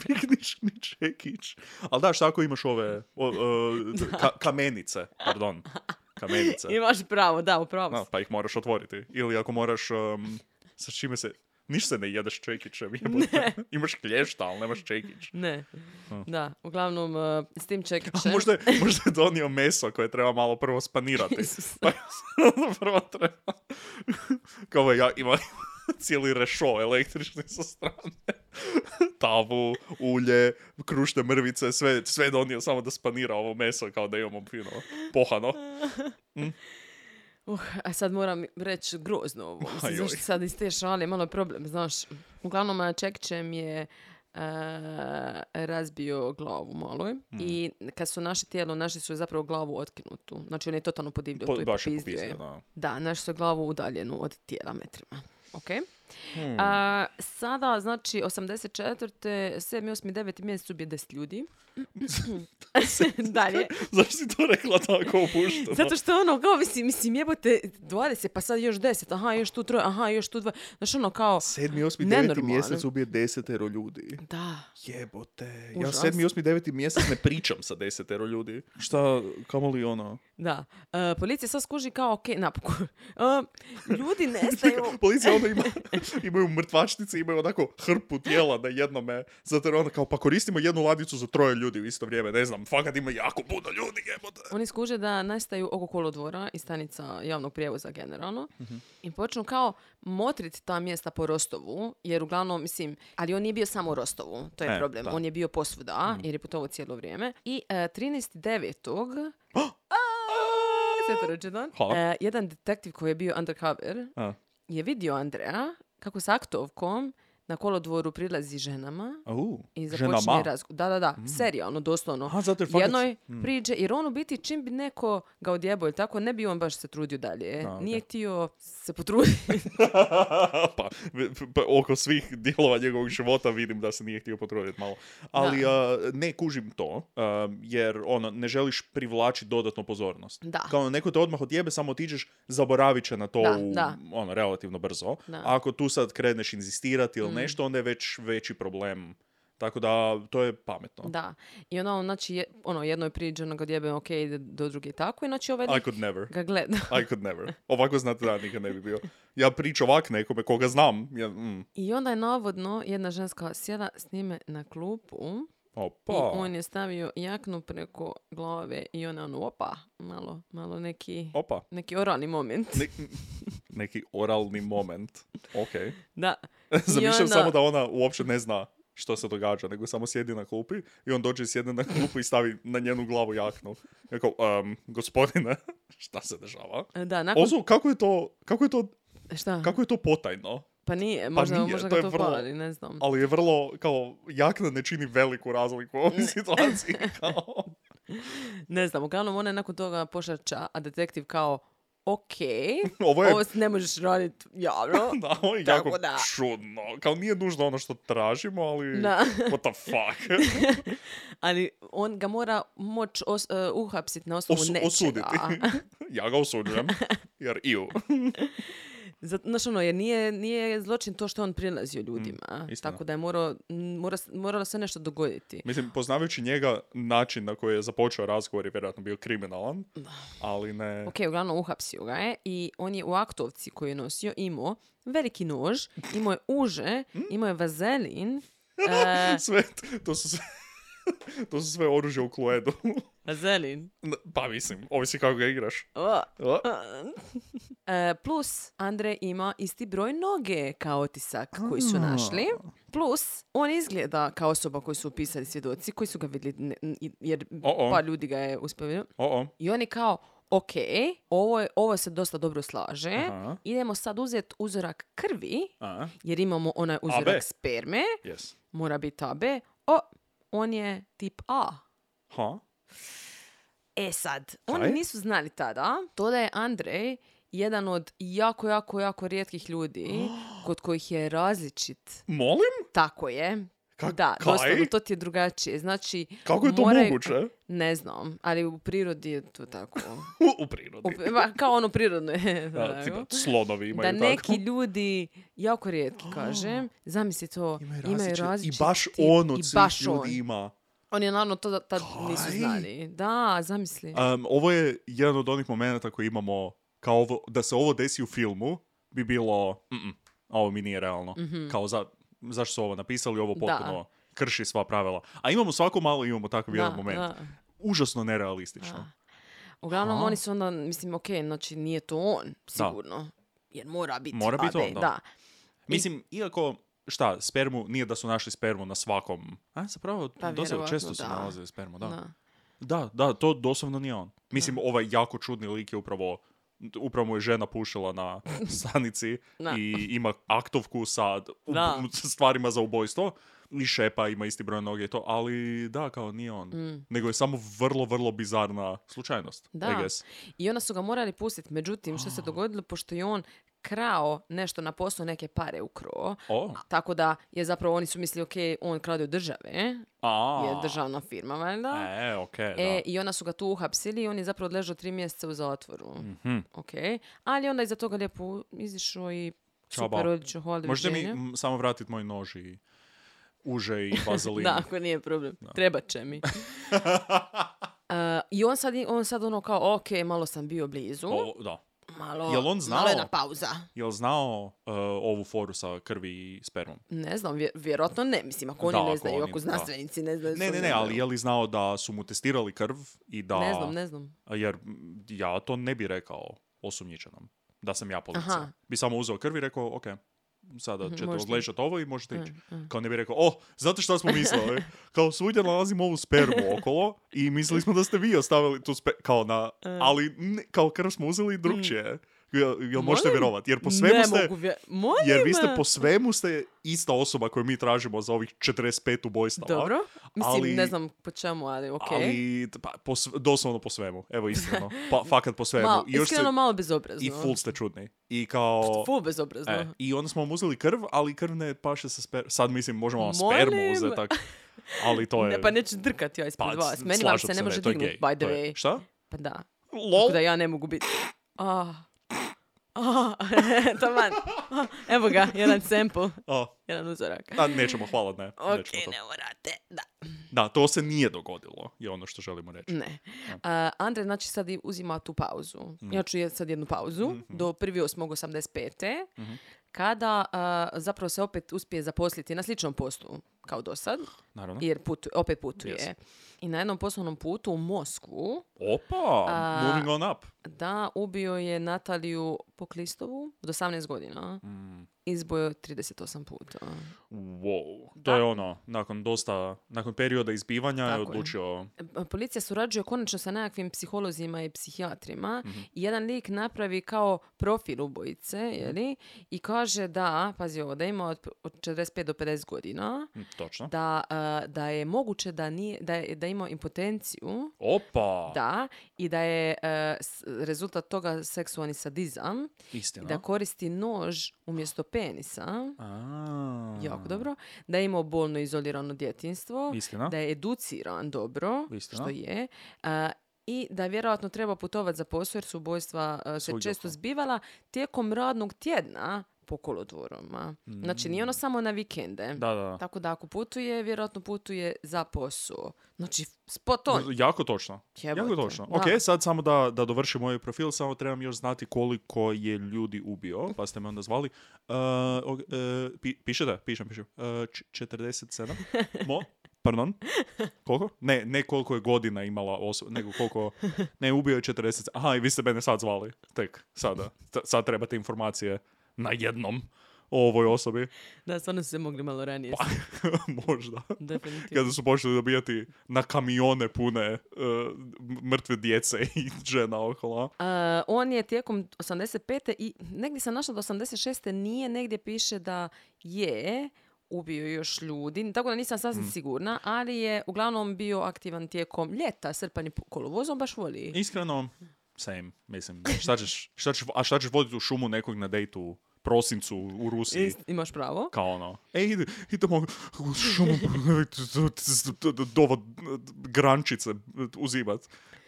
piknični čekić. Ali da, šta ako imaš ove o,
<laughs>
o, ka- kamenice, pardon, kamenice.
Imaš pravo, da, upravo.
Da,
No.
pa ih moraš otvoriti. Ili ako moraš, um, sa čime se, niš se ne jedeš
<laughs>
čekićem, jebote. Imaš klješta, ali nemaš čekić.
Ne. Da, uglavnom e, s tim
A
čekićem.
<laughs> možda, je, možda je donio meso koje treba malo prvo spanirati.
Isus.
Pa <laughs> onda prvo treba... Kao ovo, ja ima <laughs> cijeli rešo električni sa strane. <laughs> Tavu, ulje, krušne mrvice, sve, sve je donio samo da spanira ovo meso kao da imamo fino pohano.
Uh, a sad moram reći grozno
<laughs>
ovo. Mislim,
Ajoj.
Zašto sad iz te šale malo je problem, znaš. Uglavnom, a, Čekićem je e, razbio glavu maloj
Mm.
i kad su naše tijelo, naši su zapravo glavu otkinutu. Znači, on je totalno podivljio
Po,
tu i
baš je
popizdio je.
popizdio,
<laughs>
da. <laughs>
Da, naši su glavu udaljenu od tijela metrima. Ok?
Hmm.
A, sada, znači, 84. 7. 8. 9. mjesec ubije 10 ljudi. <laughs> Dalje.
<laughs> Zašto si to rekla tako opušteno?
Zato što ono, kao mislim, mislim jebote 20, pa sad još 10, aha, još tu troje, aha, još tu dva. Znaš ono kao,
Sedmi, osmi,
deveti
deveti
Nenormalno. mjesec
mjesec ubije desetero ljudi.
da,
Jebote. Ja
Užas.
sedmi, osmi, deveti mjesec ne pričam sa desetero ljudi. Šta, kamoli ono?
da. <laughs>
<laughs>
E, policija sad skuži kao, ok, napokon. E, ljudi nestaju.
Policija onda ima imaju mrtvačnice, imaju onako hrpu tijela na jednome, zato jer onda kao, pa koristimo jednu ladicu za troje ljudi u isto vrijeme, ne znam, fakat ima jako puno ljudi, jebote.
Oni skuže da nestaju oko kolodvora i stanica javnog prijevoza generalno
Mhm.
i počnu kao motrit ta mjesta po Rostovu, jer uglavnom, mislim, ali on nije bio samo u Rostovu, to je
E,
problem.
da. Mhm.
On je bio posvuda, jer je putovao cijelo vrijeme. I e,
<gasps>
13.9. Sveto rođendan.
Hvala.
E, jedan detektiv koji je bio undercover
A,
je vidio Andreja kako s aktovkom na kolodvoru prilazi ženama
au,
i
ženama. Mm.
započinje razgovor. Da, da, da, serijalno, doslovno.
Aha, zato jer fakat-
Jednoj
Hmm.
priđe, jer on u biti čim bi neko ga odjebao ili tako, ne bi on baš se trudio dalje.
A, ok.
Nije htio se
<laughs>
potruditi. <laughs>
pa, pa oko svih dijelova njegovog života vidim da se nije htio potruditi malo. Ali a, ne kužim to, a, jer ono, ne želiš privlačiti dodatnu pozornost.
Da.
Kao neko te odmah odjebe, samo otiđeš, zaboravit će na to
Da,
u-
da.
ono, relativno brzo.
Da. Mm.
Ako tu sad kreneš inzistirati ili nešto, onda je već veći problem. Tako da, to je pametno.
da. I onda on, znači, je, ono, jednoj priđe, ono ga odjebe, ok, ide do druge i tako. I znači ovaj
I could never.
ga gleda. <laughs>
I could never. Ovako znate da nikad ne bi bio. Ja pričam ovak nekome koga znam. Ja, mm,
I onda je navodno jedna ženska sjela s njime na klupu.
opa.
I on je stavio jaknu preko glave i ona ono, opa, malo, malo neki,
Opa.
neki oralni moment.
Ne- <laughs> neki oralni moment. Ok.
<laughs>
<laughs>
Da.
Zamišljam
onda-
samo da ona uopće ne zna što se događa, nego samo sjedi na klupi i on dođe i sjedne na klupu i stavi na njenu glavu jaknu. Ja kao, "Em, gospodine, <laughs> šta se dešava?
Da, nakon...
Ozu, kako je to, kako je to,
Šta?
kako je to potajno?
Pa nije, možda,
nije,
možda
to
ga
je
to
vrlo-
pali, ne znam.
Ali je vrlo, kao, jakna ne čini veliku razliku u ovoj
<laughs>
situaciji. Kao,
Ne znam, uglavnom ona je nakon toga pošača, a detektiv kao, ok,
ovo je,
ovo s- ne možeš raditi javno.
<laughs> da, ovo je
tako
jako
da.
čudno. Kao, nije nužno ono što tražimo, ali
Da.
what the
<laughs>
fuck.
Ali on ga mora moć os, e, uhapsit na osnovu
Osu-
nečega.
Osuditi. <laughs> ja ga osuđujem, jer iu.
<laughs> Zato, znaš ono, jer nije, nije zločin to što on prilazio ljudima.
Mm, istina.
tako da je morao, m, mora, s- moralo se nešto dogoditi.
Mislim, poznavajući njega, način na koji je započeo razgovor je vjerojatno bio kriminalan, ali ne...
Ok, uglavnom uhapsio ga je i on je u aktovci koju je nosio imao veliki nož, imao je uže,
Mm.
imao je
<laughs>
vazelin. e,
Sve, to su sve... <laughs> to su sve oružje u kluedu.
vazelin?
<laughs> pa mislim, ovisi kako ga igraš.
O.
O,
<laughs> E, plus, Andre ima isti broj noge kao otisak koji su našli. Plus, on izgleda kao osoba koju su upisali svjedoci, koji su ga vidjeli, ne- n- jer
O-o.
par ljudi ga je uspio.
o,
I on je kao, ok, ovo, je, ovo se dosta dobro slaže,
Aha.
idemo sad uzeti uzorak krvi,
a,
jer imamo onaj uzorak
AB.
sperme,
yes.
mora biti AB, o, on je tip A.
Ha?
E sad,
Kaj?
oni nisu znali tada to da je Andrej jedan od jako, jako, jako rijetkih
<gasps>
ljudi kod kojih je različit.
Molim?
Tako je.
Ka-
da,
kaj?
doslovno to ti je drugačije. Znači,
Kako je to
moraju-
moguće?
Ne znam, ali u prirodi je to tako.
U, u
U- <laughs>
prirodi.
ma, kao ono prirodno je.
<laughs> Da,
tako.
tipa, slonovi imaju
da neki
tako.
ljudi, jako
<gasps>
rijetki kažem, zamisli to, imaju različit
I baš
tip
on od
i
svih
baš
ljudi
on.
ima.
Oni naravno to da- tad nisu
Kaj?
znali. Da, zamisli.
Um, ovo je jedan od onih momenata koji imamo, kao ovo, da se ovo desi u filmu, bi bilo, "Mm-mm, a ovo mi nije realno.
Mhm.
Kao, za, zašto su ovo napisali, ovo potpuno krši sva pravila. A imamo svako malo, imamo takav jedan
Da,
moment.
da.
Užasno nerealistično.
Uglavnom,
Aha.
oni su onda, mislim, ok, znači nije to on, sigurno. Jer mora biti
Mora biti
AB,
on, da.
da.
Mislim, iako, šta, spermu, nije da su našli spermu na svakom. A, zapravo,
Pa
dosta
vjerovatno
često su
da.
nalazili spermu, da.
Da.
Da, da, to doslovno nije on. Mislim, ovaj jako čudni lik je upravo upravo mu je žena
<laughs>
pušila na stanici
Da.
i ima aktovku sa d- u-
Da.
sa stvarima za ubojstvo i šepa ima isti broj noge i to, ali da, kao nije on. Nego je samo vrlo, vrlo bizarna slučajnost,
Mm. Da.
I guess.
I onda su ga morali pustiti. Međutim, što
Ah.
se dogodilo, pošto je on krao nešto na poslu, neke pare ukrao,
O,
tako da je zapravo, oni su mislili, ok, on krade od države,
a,
je državna firma, valjda.
E, okej,
E, I onda su ga tu uhapsili i on je zapravo odležao tri mjeseca u zatvoru.
Mhm.
Ok. Ali onda iza toga lijepo izišao i
Ćao,
super
bao.
odlično
da.
hvala
Možete mi
doviđenja.
m, samo vratiti moj nož i uže
<laughs>
i vazelin.
Da, ako nije problem. Treba će
<laughs>
mi. E, I on sad, on sad ono kao, ok, malo sam bio blizu,
O, da.
malo,
Jel on znao?
malo jedna pauza.
Jel znao uh, ovu foru sa krvi i spermom?
Ne znam, vje- vjerojatno ne. Mislim, ako oni
Da,
ne
ako
znaju,
oni-
ako
da.
znanstvenici ne znaju.
Ne,
su
ne, ne,
znaju.
ali je li znao da su mu testirali krv i da...
Ne znam, ne znam.
Jer m, ja to ne bi rekao osumnjičenom, da sam ja policija.
Aha. Mhm,
Bi samo uzeo krv i rekao, ok, sada ćete
možete. Mhm,
odležati ovo i možete ići. Kao ne bi rekao, oh, znate šta smo
<laughs>
mislili? Kao svugdje nalazimo ovu spermu okolo i mislili smo da ste vi ostavili tu spermu, kao na,
Mhm.
ali ne, kao krv smo uzeli drugčije. Jel, jel možete
Molim?
vjerovati? Jer po svemu
ne
ste...
mogu vje... Molim?
Jer vi ste po svemu ste ista osoba koju mi tražimo za ovih 45 ubojstava.
Dobro. Mislim,
ali-
ne znam po čemu, ali ok.
Ali, t- pa, po sv- doslovno po svemu. Evo, iskreno.
<laughs>
Pa, fakat po svemu.
malo,
I još ste-
iskreno malo bezobrazno.
I full ste čudni. I kao...
Full bezobrazno.
e, I onda smo vam uzeli krv, ali krv ne paše sa sper... Sad mislim, možemo vam
Molim?
spermu uzeti, tak... Ali to je...
Ne, pa neću drkat ja ispred
pa,
vas. Meni vam se
slažem
ne može
to je
dignuti,
gay,
by the
to je-
way.
Šta?
Pa da.
Lol?
Tako da ja ne mogu biti. Ah. Ah. <laughs> Taman. Ah, Evo ga, jedan sample,
A,
jedan uzorak.
a, nećemo, hvala, ne.
Ok,
nećemo to.
ne morate, da.
Da, to se nije dogodilo, je ono što želimo reći.
Ne. A, Andre, znači, sad i uzima tu pauzu.
Mhm.
Ja ću je- sad jednu pauzu do 1.8.85.
Mhm.
Kada a, zapravo se opet uspije zaposliti na sličnom poslu kao do sad,
Naravno.
jer putu, opet putuje.
Yes.
I na jednom poslovnom putu u Moskvu,
Opa,
A-
moving on up.
da, ubio je Nataliju Poklistovu od 18 godina. Izbojo 38 puta.
Wow. To je ono, nakon dosta, nakon perioda izbivanja
Tako je.
je odlučio...
E, Policija surađuje konačno sa nekakvim psiholozima i psihijatrima i jedan lik napravi kao profil ubojice, je li? I kaže da, pazi ovo, da ima od, od 45 do 50 godina,
Mm, Točno.
da, e, da je moguće da, nije, da, je, da je imao impotenciju,
Opa!
da, i da je e, s- rezultat toga seksualni sadizam, i
Istina.
da koristi nož umjesto penisa.
A.
Jako dobro. Da je imao bolno izolirano djetinstvo.
Istina.
Da je educiran dobro,
Istina.
što je. a, I da vjerojatno treba putovati za posao jer su ubojstva a, se
Svugdje
često
oko.
zbivala tijekom radnog tjedna po kolodvorima. Znači nije ono samo na vikende.
Mm. Da, da.
Tako da ako putuje, vjerojatno putuje za posao. Znači spot on.
Jako točno.
Jebote,
Jako točno.
da.
Ok, sad samo da, da dovršim ovaj profil, samo trebam još znati koliko je ljudi ubio, pa ste me onda zvali. Uh, ok, uh, pi, pišete? Pišem, pišem. Uh, č- 47? Mo? Pardon? Koliko? Ne, ne koliko je godina imala osoba, nego koliko... Ne, ubio je 40... Aha, i vi ste mene sad zvali. Tek, sada. T- sad trebate informacije na jednom o ovoj osobi.
Da, stvarno su se mogli malo ranije.
Pa, <laughs> možda.
<laughs> Definitivno.
kada su počeli dobijati na kamione pune uh, mrtve djece i žena okolo.
A, on je tijekom 85. i negdje sam našla da 86. nije, negdje piše da je ubio još ljudi, tako da nisam sasvim sigurna, ali je uglavnom bio aktivan tijekom ljeta, srpanj i po- kolovozom, baš voli.
Iskreno, same, mislim. Šta ćeš, šta ćeš, a šta ćeš voditi u šumu nekog na dejtu u prosincu u Rusiji?
Ist- imaš pravo.
Kao ono, ej, ide- idemo u šumu dova grančice uzimat.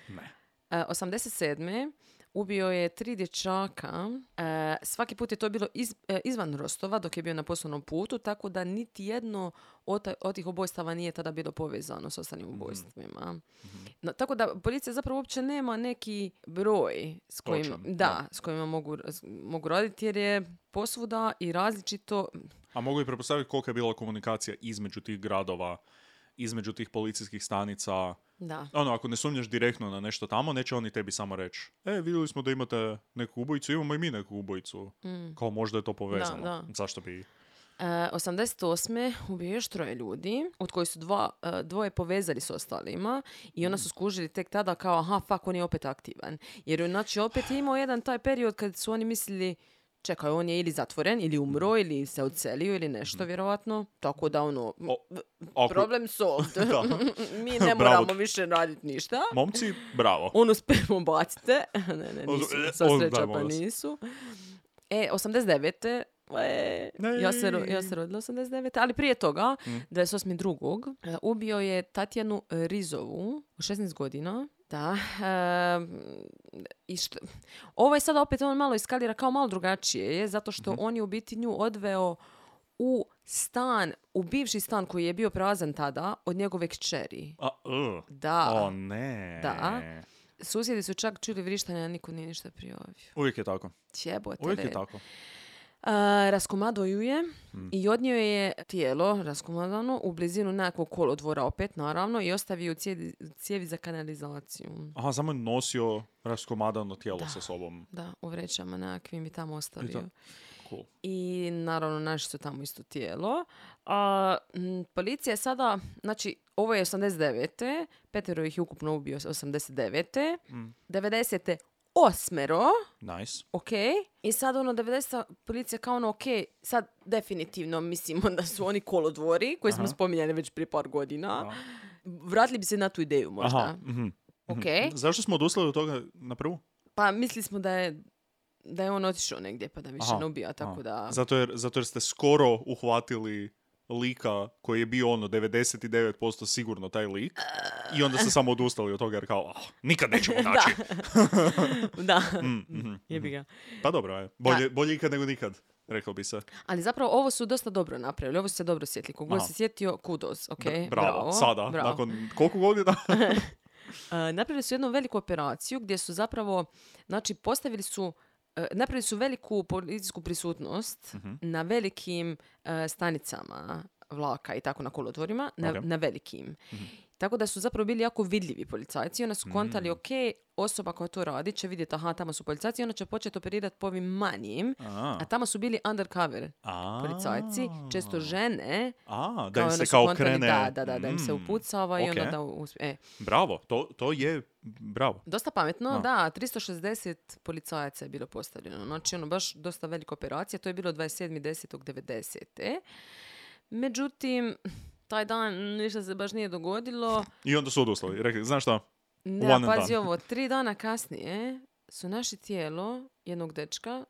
Ne.
E, 87. ubio je tri dječaka. E, svaki put je to bilo iz- e, izvan Rostova dok je bio na poslovnom putu, tako da niti jedno od, ta- od tih ubojstava nije tada bilo povezano s ostalim ubojstvima. No, tako da policija zapravo uopće nema neki broj s kojim, da,
Točan,
s kojima mogu, raz- mogu raditi jer je posvuda i različito
A mogu i pretpostaviti kolika je bila komunikacija između tih gradova, između tih policijskih stanica,
da.
ono, ako ne sumnjaš direktno na nešto tamo, neće oni tebi samo reći, e, vidjeli smo da imate neku ubojicu, imamo i mi neku ubojicu.
mm.
Kao možda je to povezano.
Da, da.
Zašto bi...
E, 88. ubio je još troje ljudi, od kojih su dva, e, dvoje povezali s ostalima i
Mm.
ona su skužili tek tada kao aha, fuck, on je opet aktivan. Jer je, znači, opet je imao jedan taj period kad su oni mislili čekaj, on je ili zatvoren, ili
Mm.
umro, ili se odselio, ili nešto, vjerovatno. Tako da, ono,
O, ako-
problem solved.
<laughs> Da.
<laughs> Mi ne
Bravo.
moramo više raditi ništa.
Momci, bravo.
Onu spermu bacite. <laughs> ne, ne,
Ono,
nisu.
e,
Sva
ono,
sreća pa
daj, molim vas.
nisu. E, 89. E,
Ne. Mm.
ja, se, ro- ja se rodila 89. Ali prije toga, 28.2. e, ubio je Tatjanu e, Rizovu u 16 godina. Da. e, i što, ovo je sada opet on malo iskalira kao malo drugačije je, zato što
Mhm.
on je u biti nju odveo u stan, u bivši stan koji je bio prazan tada od njegove kćeri.
A, uh.
Da.
O ne.
Da. susjedi su čak čuli vrištanje, a niko nije ništa prijavio.
Uvijek je tako.
Jebote.
Uvijek je
red.
tako. Hmm.
A, raskomadao ju je i odnio je tijelo raskomadano u blizinu nekog kolodvora opet, naravno, i ostavio u cijevi, cijevi za kanalizaciju.
Aha, samo je nosio raskomadano tijelo sa sobom.
Da, u vrećama nekakvim i tamo ostavio.
to- Cool.
I naravno našli su tamo isto tijelo. A, m, policija je sada, znači ovo je 89. Petero ih je ukupno ubio 89.
Hmm.
90. osmero,
Nice.
ok. I sad ono 90. policija kao ono ok, sad definitivno mislimo da su oni kolodvori koji smo
Aha.
spominjali već prije par godina.
Da.
Vratili bi se na tu ideju možda.
Aha. mhm.
Ok.
Zašto smo odustali od toga na prvu?
Pa mislili smo da je da je on otišao negdje pa da više
Aha,
ne ubija, tako
A,
da...
Zato jer, zato jer ste skoro uhvatili lika koji je bio ono 99% sigurno taj lik i onda ste samo odustali od toga jer kao "Ah, nikad
<laughs>
nećemo naći.
<laughs> da,
Mhm.
jebi ga.
Pa dobro, je. Bolje, bolje ikad nego nikad, rekao bi se.
Ali zapravo ovo su dosta dobro napravili, ovo su se dobro sjetili. Kogo
Aha.
se sjetio, kudos, ok,
D-
bravo.
bravo, sada,
bravo.
nakon koliko godina?
E, napravili su jednu veliku operaciju gdje su zapravo, znači postavili su, e, napravili su veliku policijsku prisutnost
Mhm.
na velikim e, stanicama vlaka i tako na kolodvorima, na,
Ok. Mhm.
na velikim. Tako da su zapravo bili jako vidljivi policajci i onda su
Mm.
kontali, ok, osoba koja to radi će vidjeti, aha, tamo su policajci i onda će početi operirati po ovim manjim,
A,
a tamo su bili undercover
a,
policajci, često žene,
A, da im
onda
se
su
kao
kontali,
krene...
Da, da, da, da im se
Mm,
upucava i onda
ok.
da usp- E,
Bravo, to, to je bravo.
dosta pametno,
Da.
da, 360 policajaca je bilo postavljeno. Znači, ono, baš dosta velika operacija. To je bilo 27.10.90. Međutim, taj dan ništa se baš nije dogodilo.
I onda su odustali. Rekli, znaš šta?
Ne,
One and
pazi
done.
ovo, tri dana kasnije su naši tijelo jednog dečka,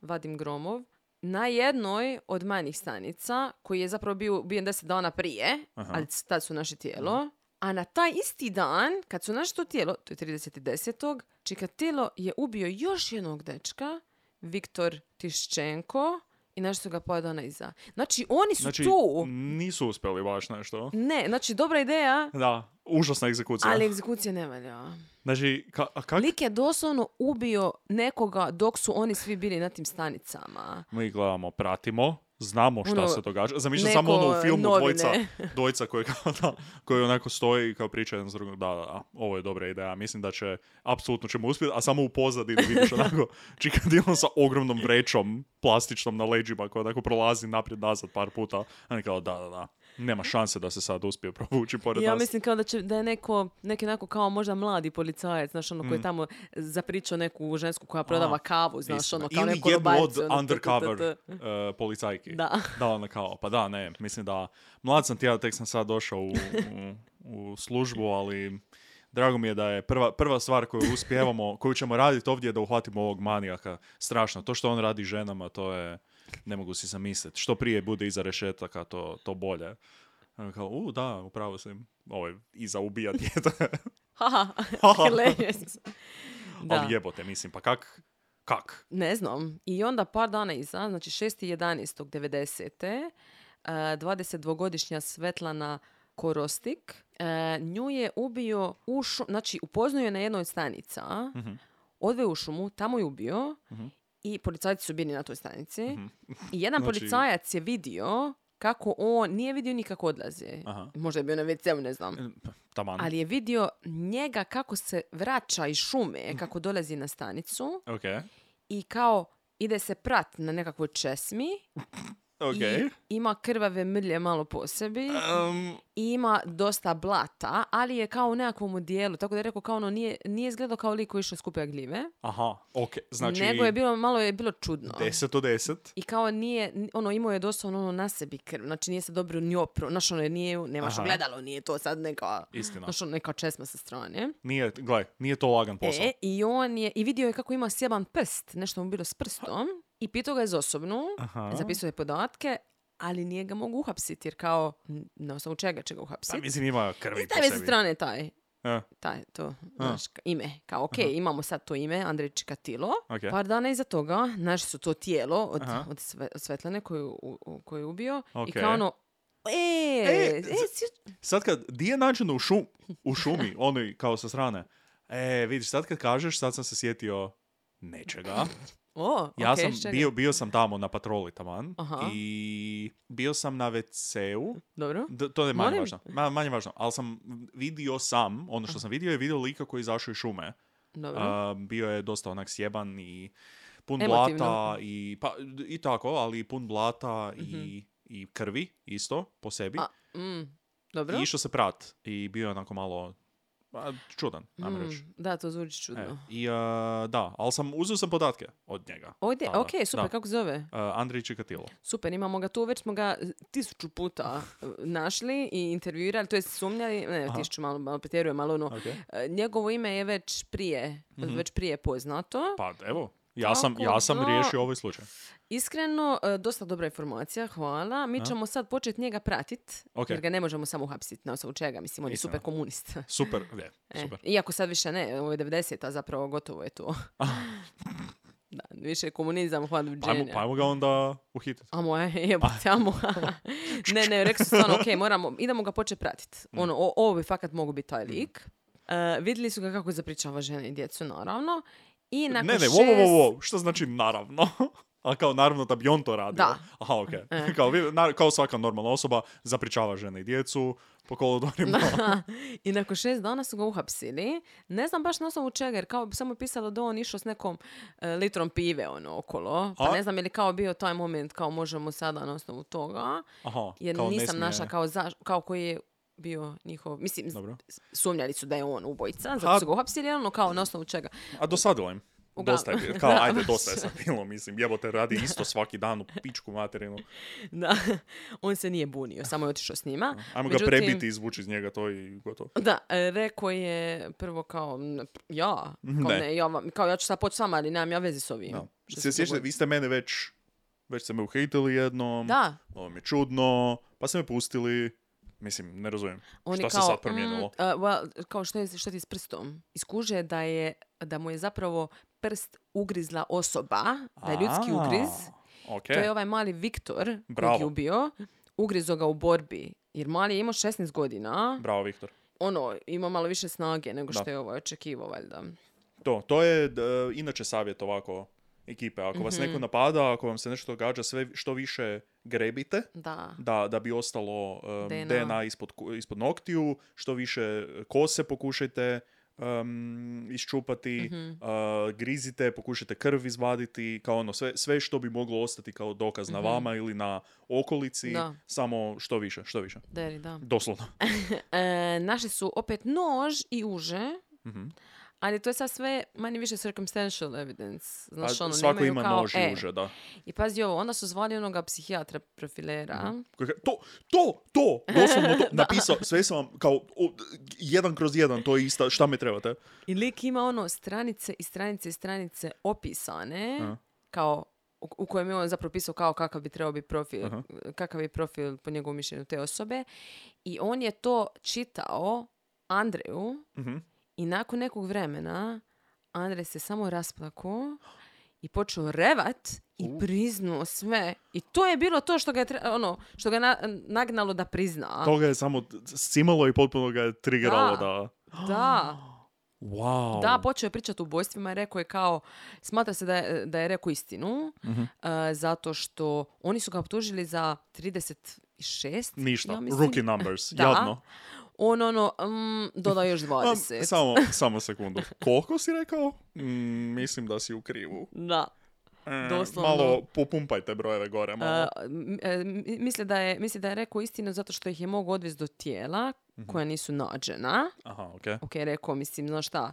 Vadim Gromov, na jednoj od manjih stanica, koji je zapravo bio ubijen deset dana prije,
Aha. Mhm.
ali c- tad su naši tijelo, a na taj isti dan, kad su našli to tijelo, to je 30.10., Čikatilo je ubio još jednog dečka, Viktor Tiščenko, i našli su ga pola dana iza. Znači, oni su
Znači,
tu.
nisu uspjeli baš nešto.
Ne, znači, dobra ideja,
Da, užasna egzekucija.
ali egzekucija ne valja.
Znači, ka, a kak...
Lik je doslovno ubio nekoga dok su oni svi bili na tim stanicama.
Mi gledamo, pratimo, znamo šta
Ono,
se događa. Zamišljam
neko
samo ono u filmu
novine. <laughs>
dvojca, dvojca koji, kao, da, koji onako stoji i kao priča jedan s drugim, da, da, da, ovo je dobra ideja, mislim da će, apsolutno ćemo uspjeti, a samo u
<laughs>
pozadini vidiš onako čikadilom sa ogromnom vrećom plastičnom na leđima koja onako prolazi naprijed nazad par puta. A oni kao, da, da, da, nema šanse da se sad uspije provući pored
Ja
nas.
mislim kao da, će, da je neko, neki onako kao možda mladi policajac, znaš ono
Mm.
koji je tamo zapričao neku žensku koja prodava kavu, znaš
Istina.
ono kao
Ili
neku
jednu
robaricu,
od
ono, t, t, t,
undercover
t.
uh, policajki.
Da.
<laughs> Da, ona kao, pa da, ne, mislim da, mlad sam ti ja, tek sam sad došao u, u, u službu, ali drago mi je da je prva, prva stvar koju uspijevamo, <laughs> koju ćemo raditi ovdje je da uhvatimo ovog manijaka. Strašno, to što on radi ženama, to je, ne mogu si zamisliti. Što prije bude iza rešetaka, to, to bolje. Ona Kao, u, da, upravo sam, ovo je iza ubija <laughs>
<laughs>
djete.
Haha, hilarious. Da.
ali jebote, mislim, pa kak, kak?
Ne znam. I onda par dana iza, znači 6.11.90. e, 22-godišnja Svetlana Korostik. e, Nju je ubio u šu- znači upoznao je na jednoj od stanica,
Mhm,
odveo u šumu, tamo je ubio i policajci su bili na toj stanici. I jedan
<laughs> Znači-
policajac je vidio kako on, nije vidio nikako odlaze.
Aha.
Možda je bio na WC-u, ne znam.
Taman.
Ali je vidio njega kako se vraća iz
Mhm.
šume, kako dolazi na stanicu
Ok.
i kao ide se prat na nekakvoj česmi
Ok.
i ima krvave mrlje malo po sebi
Um,
i ima dosta blata, ali je kao u nekakvom odijelu, tako da je rekao kao ono nije, nije izgledao kao lik koji je išao skuplja gljive,
aha, ok. Znači,
nego je bilo, malo je bilo čudno.
10 od 10.
I kao nije, n- ono imao je doslovno ono na sebi krv, znači nije se dobro ni opro, znaš ono nije, nemaš
Aha.
ogledalo, nije to sad neka,
Istina.
znaš ono neka česma sa strane.
Nije, gle, nije to lagan posao.
E, i on je, i vidio je kako ima sjeban prst, nešto mu bilo s prstom, i pitao ga je za osobnu,
Aha.
zapisao je podatke, ali nije ga mogu uhapsiti, jer kao, n- na osnovu čega će ga
Pa
uhapsiti?
mislim ima krvi
S
po
tebe sa
sebi.
strane taj,
E,
taj, to, znaš, ka- ime. Kao, ok, imamo sad to ime, Andrej Čikatilo.
Ok.
Par dana iza toga našli su to tijelo od,
Aha.
od, Sve- od Svetlane koju, u- u- koju je ubio. I
Ok.
kao ono, e,
E,
e, si- <laughs>
Sad kad, di je nađeno u, šum, u šumi, onoj kao sa strane, E, vidiš, sad kad kažeš, sad sam se sjetio nečega.
O,
Ja
okej,
sam
čekaj.
bio, bio sam tamo na patroli taman
Aha.
i bio sam na WC-u.
Dobro.
D- to je manje
Molim?
važno. Ma- manje važno. Ali sam vidio sam, ono što sam vidio je vidio lika koji je izašao iz šume.
Dobro.
A, bio je dosta onak sjeban i pun
Emotivno.
blata i, pa, i tako, ali i pun blata i, i krvi isto po sebi.
Mhm. A, mm, dobro.
I išao se prat i bio je onako malo a, čudan, ajmo
Mm,
reći.
da, to zvuči čudno.
E, I, a, da, ali sam, uzeo sam podatke od njega.
Ovdje,
Tada,
ok, super,
da.
kako zove?
A, Andrej Čikatilo.
Super, imamo ga tu, već smo ga e, tisuću puta eh, našli i intervjuirali, to je sumnjali, ne,
Aha.
tisuću malo, malo pretjerujem, ali ono,
Okay.
eh, njegovo ime je već prije,
Mhm.
već prije poznato.
Pa evo, ja sam,
Tako
ja sam
da-
riješio ovaj slučaj.
Iskreno, eh, dosta dobra informacija, hvala. Mi ćemo sad početi njega pratit,
Ok.
jer ga ne možemo samo uhapsiti na osnovu čega, mislim, on je
Istina.
super komunist.
Super, je,
<laughs> E,
super.
Iako sad više ne, ovo je 90-a zapravo, gotovo je to. <laughs> da, više je komunizam, hvala
Pa ajmo, pa ajmo ga onda uhititi.
A moje, <laughs>
Pa.
jebote, a
<laughs>
moje. ne, ne, rekli su stvarno, ok, moramo, idemo ga početi pratiti.
Mm.
Ono, o- ovo bi fakat mogu biti taj lik. E, vidjeli su ga kako zapričava žene i djecu, naravno. I
Ne,
nakon
ne,
šest...
wo, wo, wo, wo, što znači naravno? <laughs> A kao naravno da bi on to radio.
Da. E,
Aha, okej. <laughs> Kao, vi- na- kao svaka normalna osoba zapričava žene i djecu po kolodvorima.
I nakon šest dana su ga uhapsili. Ne znam baš na osnovu čega, jer kao bi samo pisalo da on išao s nekom e, litrom pive ono okolo. Pa
A?
ne znam je li kao bio taj moment kao možemo sada na osnovu toga.
<laughs> Aha,
Jer
kao ne
nisam
smije-
našla kao, za, kao koji je bio njihov... Mislim,
Dobro.
sumnjali su da je on ubojica, zato su ga uhapsili, ono kao na osnovu čega. <laughs>
A dosadilo im.
Uglavnom.
Dosta je bilo.
<laughs>
Kao,
Da,
ajde,
baš.
dosta je sad bilo, mislim, jebote, radi isto svaki dan u pičku materinu.
Da, on se nije bunio, samo je otišao s njima.
Ajmo ga
Međutim,
prebiti, izvući iz njega to i gotovo.
Da, e, rekao je prvo kao, "N- ja, kao,
Mhm, Ne.
ne, ja, vam- kao ja ću sad poći s vama, ali nemam ja veze s ovim.
Da.
Što
Se sjećate,
dogodi.
vi ste mene već, već ste me uhitili jednom.
Da,
Ovo mi je čudno, pa ste me pustili. Mislim, ne razumijem.
on
Šta
je
se
kao,
sad promijenilo?
"Mm, e, well, kao što, je, što ti s prstom? Iskuže da je, da mu je zapravo prst ugrizla osoba, da je ljudski
A,
ugriz.
Ok.
To je ovaj mali Viktor, kojeg je
Bravo.
ubio, ugrizo ga u borbi. Jer mali je imao 16 godina,
Bravo, Viktor.
ono, ima malo više snage nego što
Da.
je ovo očekivao, valjda.
To, to je d- inače savjet ovako ekipe. Ako vas
Mhm.
neko napada, ako vam se nešto događa, sve što više grebite
Da.
da, da bi ostalo um,
DNA.
DNA, ispod, ku- ispod noktiju, što više e, kose pokušajte um, iščupati,
Mhm.
uh, grizite, pokušajte krv izvaditi, kao ono, sve, sve što bi moglo ostati kao dokaz na vama ili na okolici,
Mhm. Da.
samo što više, što više.
Deri, da.
Doslovno.
E, našli su opet nož i uže,
Mhm.
ali to je sad sve manje više circumstantial evidence. Znaš,
Pa
ono,
Svako
nemaju
ima
kao,
nož
e.
i uže, da.
I pazi ovo, onda su zvali onoga psihijatra profilera.
Koji ka- To, to, to, doslovno
<laughs>
to, napisao, sve sam vam kao, o, jedan kroz jedan, to je ista, šta mi trebate?
I lik ima ono stranice i stranice i stranice opisane,
Aha.
kao u, u kojem je on zapravo pisao kao kakav bi trebao biti profil,
Aha.
kakav je profil po njegovom mišljenju te osobe. I on je to čitao Andreju
Mhm.
i nakon nekog vremena Andrej se samo rasplako i počeo revat i priznao sve. I to je bilo to što ga je, tre- ono, što ga je na- nagnalo da prizna.
To ga je samo simalo i potpuno ga je triggeralo
Da.
da... <gasps>
Da.
Wow.
Da, počeo je pričati o ubojstvima i rekao je kao, smatra se da je, da je rekao istinu,
Mhm.
e, zato što oni su ga optužili za 36.
Ništa,
ja mislim.
rookie numbers,
Da.
jadno.
On ono, mm, dodao
<laughs>
još
Am,
20.
samo, samo sekundu. Koliko si rekao? Mm, mislim da si u krivu.
Da.
E,
Doslovno.
Malo popumpajte brojeve gore, malo.
E, m- e, m- misle, da je, misle da je rekao istinu zato što ih je mogao odvesti do tijela
Mhm.
koja nisu nađena.
Aha, okej.
ok, rekao, mislim, znaš šta,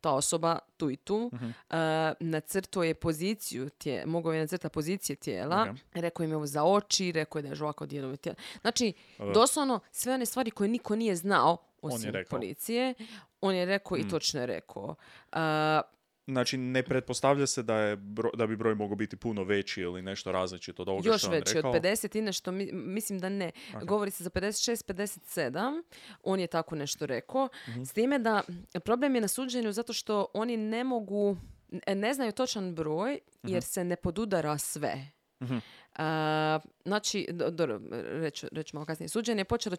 ta osoba tu i tu,
Mhm.
e, nacrtao je poziciju, tije, mogao je nacrta pozicije tijela,
Ok.
rekao im je ovo za oči, rekao je da je žvako dijelove tijela. Znači, doslovno, sve one stvari koje niko nije znao,
On je
osim
rekao. Mhm.
policije, on je rekao i točno je rekao. E,
Znači, ne pretpostavlja se da, je bro- da bi broj mogao biti puno veći ili nešto različito od ovoga
još
što je on
veći, od
rekao.
50 i nešto, mi- mislim da ne. Govori se za 56, 57, on je tako nešto rekao.
Mhm.
S time da problem je na suđenju zato e,
Mhm.
što oni ne mogu, ne- ne znaju točan broj jer se ne podudara sve. A, znači, do- dobro, reći reći ću malo kasnije, suđenje je počelo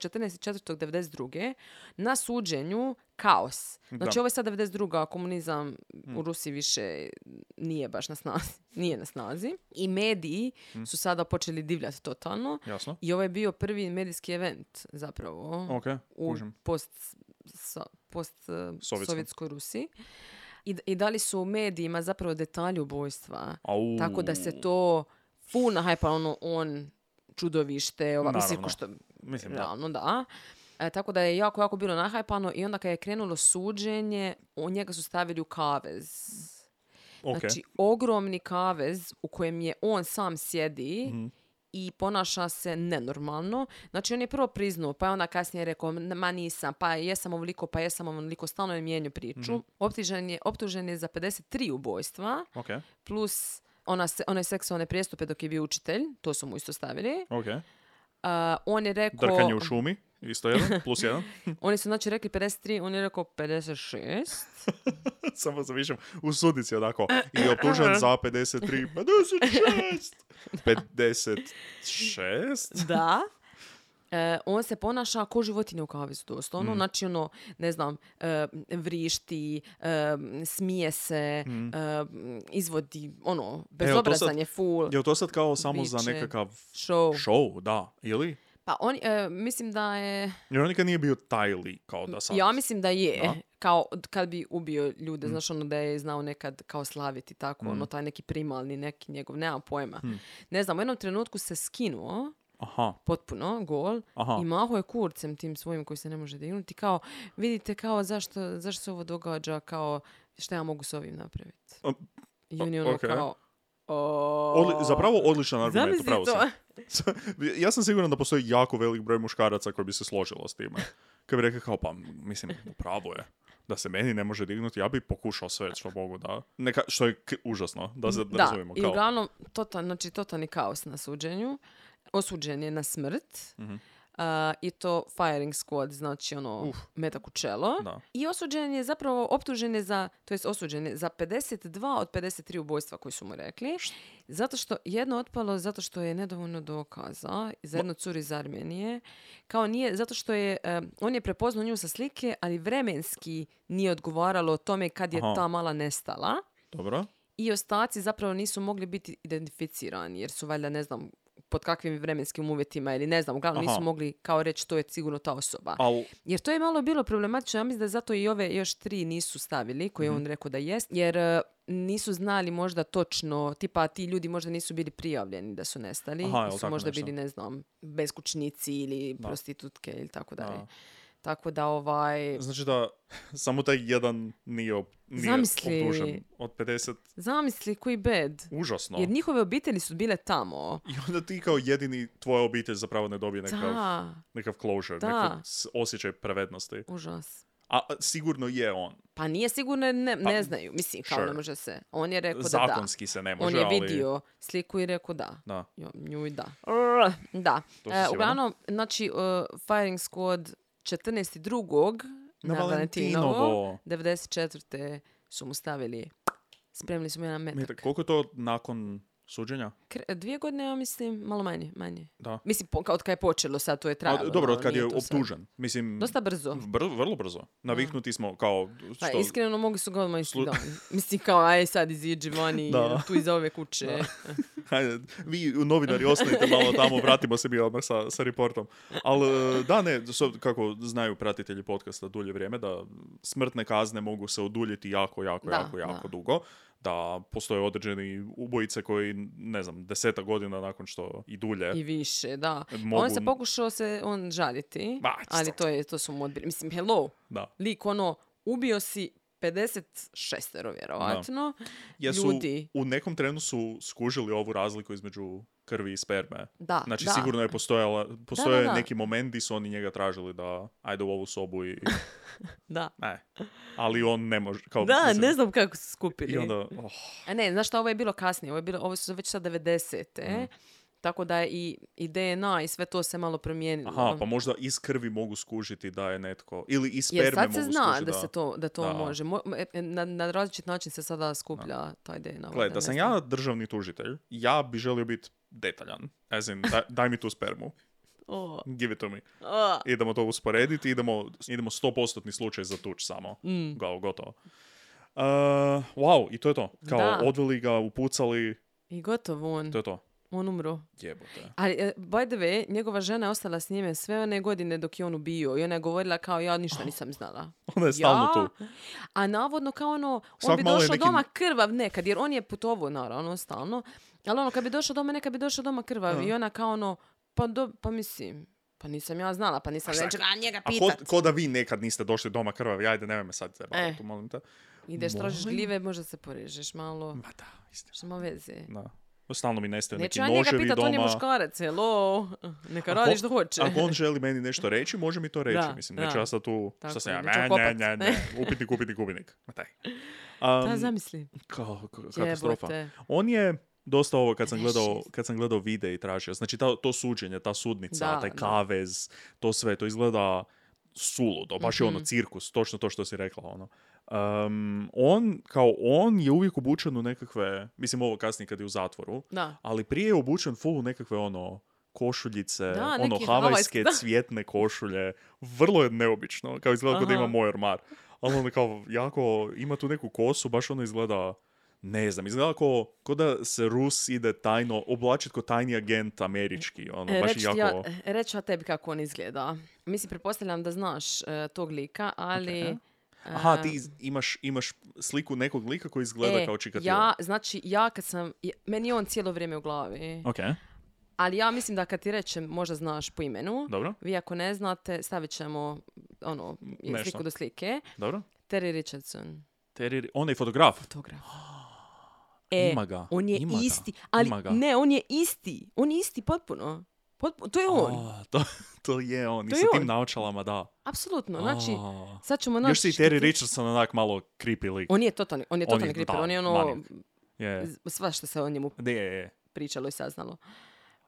14.4.92. Na suđenju kaos. Znači,
Da. Mm.
ovo je sad 92. a komunizam u Rusiji više nije baš na snazi. <laughs> Nije na snazi. I mediji
Mm.
su sada počeli divljati totalno.
Jasno.
I ovo je bio prvi medijski event zapravo
Ok,
u
kužim.
post, sa, post eh,
Sovjetskom.
sovjetskoj Rusiji. I, I dali su medijima zapravo detalje ubojstva.
Au.
Tako da se to fu nahajpa, ono, on čudovište, ova, mislim,
Naravno.
ko što,
Mislim, da.
realno, da. E, tako da je jako, jako bilo nahajpano i onda kad je krenulo suđenje, on njega su stavili u kavez.
Ok.
Znači, ogromni kavez u kojem je on sam sjedi i ponaša se nenormalno. Znači, on je prvo priznao, pa je onda kasnije rekao, "N- ma nisam, pa jesam ovoliko, pa jesam ovoliko, stalno je mijenju priču. Optužen, je, optužen je za 53 ubojstva
Ok,
plus ona se, one seksualne prijestupe dok je bio učitelj, to su mu isto stavili.
ok.
A, on je rekao...
Drkanje u šumi,
<laughs>
isto jedan, plus jedan. <laughs>
Oni su znači rekli 53, on je rekao 56.
Samo se višem u sudici onako. I optužen za
<laughs>
53, 56! <laughs> 56?
Da. E, on se ponaša ko životinja u kavezu, doslovno.
Mm.
Znači, ono, ne znam, e, vrišti, e, smije se, e, izvodi, ono, bezobrazan
Mm. sad-
je full.
Je to sad kao samo za
Biće.
nekakav
Show.
show, da, ili?
Pa on, e, mislim da je...
Jer on nikad nije bio taj lik, kao da sad.
Ja mislim da je,
Da? Mm.
kao od- kad bi ubio ljude, znaš ono da je znao nekad kao slaviti tako, ono taj neki primalni, neki njegov, nemam pojma.
Mm.
Ne znam, u jednom trenutku se skinuo,
Aha,
potpuno, gol,
Aha.
i maho je kurcem tim svojim koji se ne može dignuti, kao, vidite kao zašto, zašto se ovo događa, kao, šta ja mogu s ovim napraviti.
O,
I on je ono
ok.
kao, o...
Odli- zapravo odličan argument,
Zamisli
upravo si.
to.
<laughs> ja sam siguran da postoji jako velik broj muškaraca koji bi se složilo s time. Kad bi rekao kao, pa mislim, pravo je. Da se meni ne može dignuti, ja bi pokušao sve što mogu da... Neka, što je k- užasno, da se da
Da,
razumijemo.
i
kao,
uglavnom, total, znači, totalni kaos na suđenju. Osuđen je na smrt.
Mhm.
a, I to firing squad, znači ono, metak u čelo.
Da.
I osuđen je zapravo, optužen je za, to jest osuđen je za 52 od 53 ubojstva koji su mu rekli. Zato što jedno otpalo, zato što je nedovoljno dokaza za jednu curu iz Armenije. Kao nije, zato što je, em, on je prepoznao nju sa slike, ali vremenski nije odgovaralo o tome kad je
Aha.
ta mala nestala
Dobro,
i ostaci zapravo nisu mogli biti identificirani jer su valjda ne znam pod kakvim vremenskim uvjetima ili ne znam, uglavnom
Aha.
nisu mogli kao reći to je sigurno ta osoba.
ali
Jer to je malo bilo problematično, ja mislim da zato i ove još tri nisu stavili, koje je
Mhm.
on rekao da jest, jer e, nisu znali možda točno, tipa ti ljudi možda nisu bili prijavljeni da su nestali,
Aha, jel
su
tako
možda
nešto?
bili, ne znam, beskućnici ili prostitutke ili tako dalje.
Da.
Tako da ovaj,
znači da samo taj jedan nije, op- nije
Zamisli.
optužen. Od 50,
zamisli koji bed.
užasno.
Jer njihove obitelji su bile tamo.
I onda ti kao jedini, tvoja obitelj zapravo ne dobije nekav,
Da,
nekav closure,
Da.
nekav s- osjećaj pravednosti.
užas.
A a sigurno je on.
Pa nije sigurno, jer ne, ne
Pa,
znaju. Mislim, kao
sure.
ne može se. On je rekao da da.
Zakonski se ne može,
On
ali-
je vidio sliku i rekao da.
Da.
Jo, nju i da. Rrr, Da.
To si
E,
sigurna?
uglavnom, znači, uh, firing squad 14.2.
Na
na,
Valentinovo.
Valentinovo, 94. su mu stavili Spremili su mi jedan metak.
Meta, koliko je to nakon suđenja?
Kre- dvije godine, ja mislim, malo manje, manje.
Da.
Mislim, po, kao od kada je počelo, sad to je
A,
trajalo.
dobro,
malo,
od kad je
ono, nije to sad.
optužen. Mislim,
Dosta brzo.
br- vrlo brzo. Naviknuti smo kao... Što,
Pa, iskreno mogli su ga odmah isti
Slu-
dan. Mislim kao, aj sad iziđi vani,
Da.
<laughs> tu iza ove kuće.
<laughs> Hajde, vi novinari ostanite malo tamo, vratimo se mi odmah sa, sa reportom. Ali e, da, ne, s ob- kako znaju pratitelji podcasta dulje vrijeme, da smrtne kazne mogu se oduljiti jako, jako,
Da,
jako,
da.
jako dugo. Da postoje određeni ubojice koji, ne znam, deseta godina nakon što i dulje.
I više, da.
Mogu-
On se pokušao se on žaliti,
Ma,
ali
stop.
to, je, to su mu odbili. Mislim, hello,
Da.
lik ono, ubio si 56 vjerovatno.
Jesu,
Ljudi.
u nekom trenu su skužili ovu razliku između krvi i sperme.
Da,
Znači,
da.
sigurno je postojala, postoje
da.
neki moment di su oni njega tražili da ajde u ovu sobu i...
Da.
Ne. Ali on ne može. Kao,
Da,
mislim,
ne znam kako su skupili.
I onda, oh,
A ne, znaš šta, ovo je bilo kasnije, ovo, je bilo, ovo su već sad
Mhm.
90. Tako da je i, i DNA i sve to se malo promijenilo.
aha, pa možda iz krvi mogu skužiti da je netko... Ili iz sperme
Jer sad se
mogu
zna
skužiti
da se to, da to
Da.
može. Mo- e, na, na različit način se sada skuplja taj DNA.
Gle,
valjda,
da
ne
sam
znam.
ja državni tužitelj, ja bi želio biti detaljan. As in, da- daj mi tu spermu.
O,
Give it to me.
o.
idemo to usporediti, idemo, idemo 100% slučaj za tuč samo.
Mm.
Gao, gotovo. Uh, wow, i to je to. Kao
Da.
odveli ga, upucali,
I gotovo on.
to je to.
On umro.
Jebote.
Ali, e, by the way, njegova žena je ostala s njime sve one godine dok je on ubio i ona je govorila kao ja ništa nisam znala.
Ona Oh. je stalno
Ja?
tu.
A navodno kao ono, on
Svak
bi
malo je
došao
neki-
doma krvav nekad, jer on je putovao naravno stalno, ali ono kad bi došao doma nekad bi došao doma krvav i ona kao ono, pa, do, pa mislim, pa nisam ja znala, pa nisam
šta-
neću ga njega
A ko,
pitat.
ko da vi nekad niste došli doma krvavi, ajde, nemoj me sad zebati
E.
tu, molim te.
Ideš, tražiš
Molim?
gljive, možda se porežeš malo,
Ma da, istina.
što veze.
Da. Stalno mi nestaju
Neću
neki
ja njega
noževi
pitat, on je
doma.
muškarac, hello, neka
Ako-
radi što hoće.
Ako on želi meni nešto reći, može mi to reći.
Da,
Mislim,
da.
neću ja sad tu,
Tako
šta sam
je,
ja,
neću
ne, ne,
kopat.
ne, ne, upitnik,
<laughs>
upitnik, upitnik. Ma taj. Um,
Da, Pa zamisli.
kao, k- katastrofa.
Jebote.
On je dosta ovo kad sam
Reši
gledao, kad sam gledao vide i tražio. Znači ta, to suđenje, ta sudnica,
Da,
taj
da.
kavez, to sve, to izgleda suludo, baš
Mhm.
je ono cirkus, točno to što si rekla ono. Um, on, kao on je uvijek obučen u nekakve, mislim ovo kasnije kad je u zatvoru,
Da.
ali prije je obučen full u nekakve ono košuljice,
Da,
ono
neki
havajske
havajski, da.
cvjetne košulje. Vrlo je neobično, kao izgleda kao da
Aha.
ima moj ormar. Ali ono kao jako, ima tu neku kosu, baš ono izgleda, ne znam, izgleda kao, kao da se Rus ide tajno, oblačit kao tajni agent američki, ono,
E,
baš
reći
je jako...
ti ja, e, reći ću ja tebi kako on izgleda. Mislim, pretpostavljam da znaš e, tog lika, ali...
Ok. Aha,
e,
ti iz- imaš, imaš sliku nekog lika koji izgleda
e,
kao čikatilo.
Ja, znači, ja kad sam... je- Meni je on cijelo vrijeme u glavi.
Ok,
Ali ja mislim da kad ti rečem, možda znaš po imenu.
dobro,
Vi ako ne znate, stavit ćemo ono,
Nešto.
sliku do slike.
dobro.
Terry Richardson,
Terry, on je fotograf.
fotograf. E,
Ima ga,
on je
ima ga,
isti, ali
ima ga.
ne, on je isti, on je isti potpuno, Potpu- to je on,
A, to, to je on, i
To
sa
je
tim
on.
naočalama, da.
apsolutno, znači,
A.
sad ćemo naći...
Još si i
što
Terry
ti-
Richardson onak malo creepy lik.
On je totalni, on je
On je
totalni creeper,
totalni
on je ono,
manijak. Je,
z- sva što se o njemu
je, je.
pričalo i saznalo.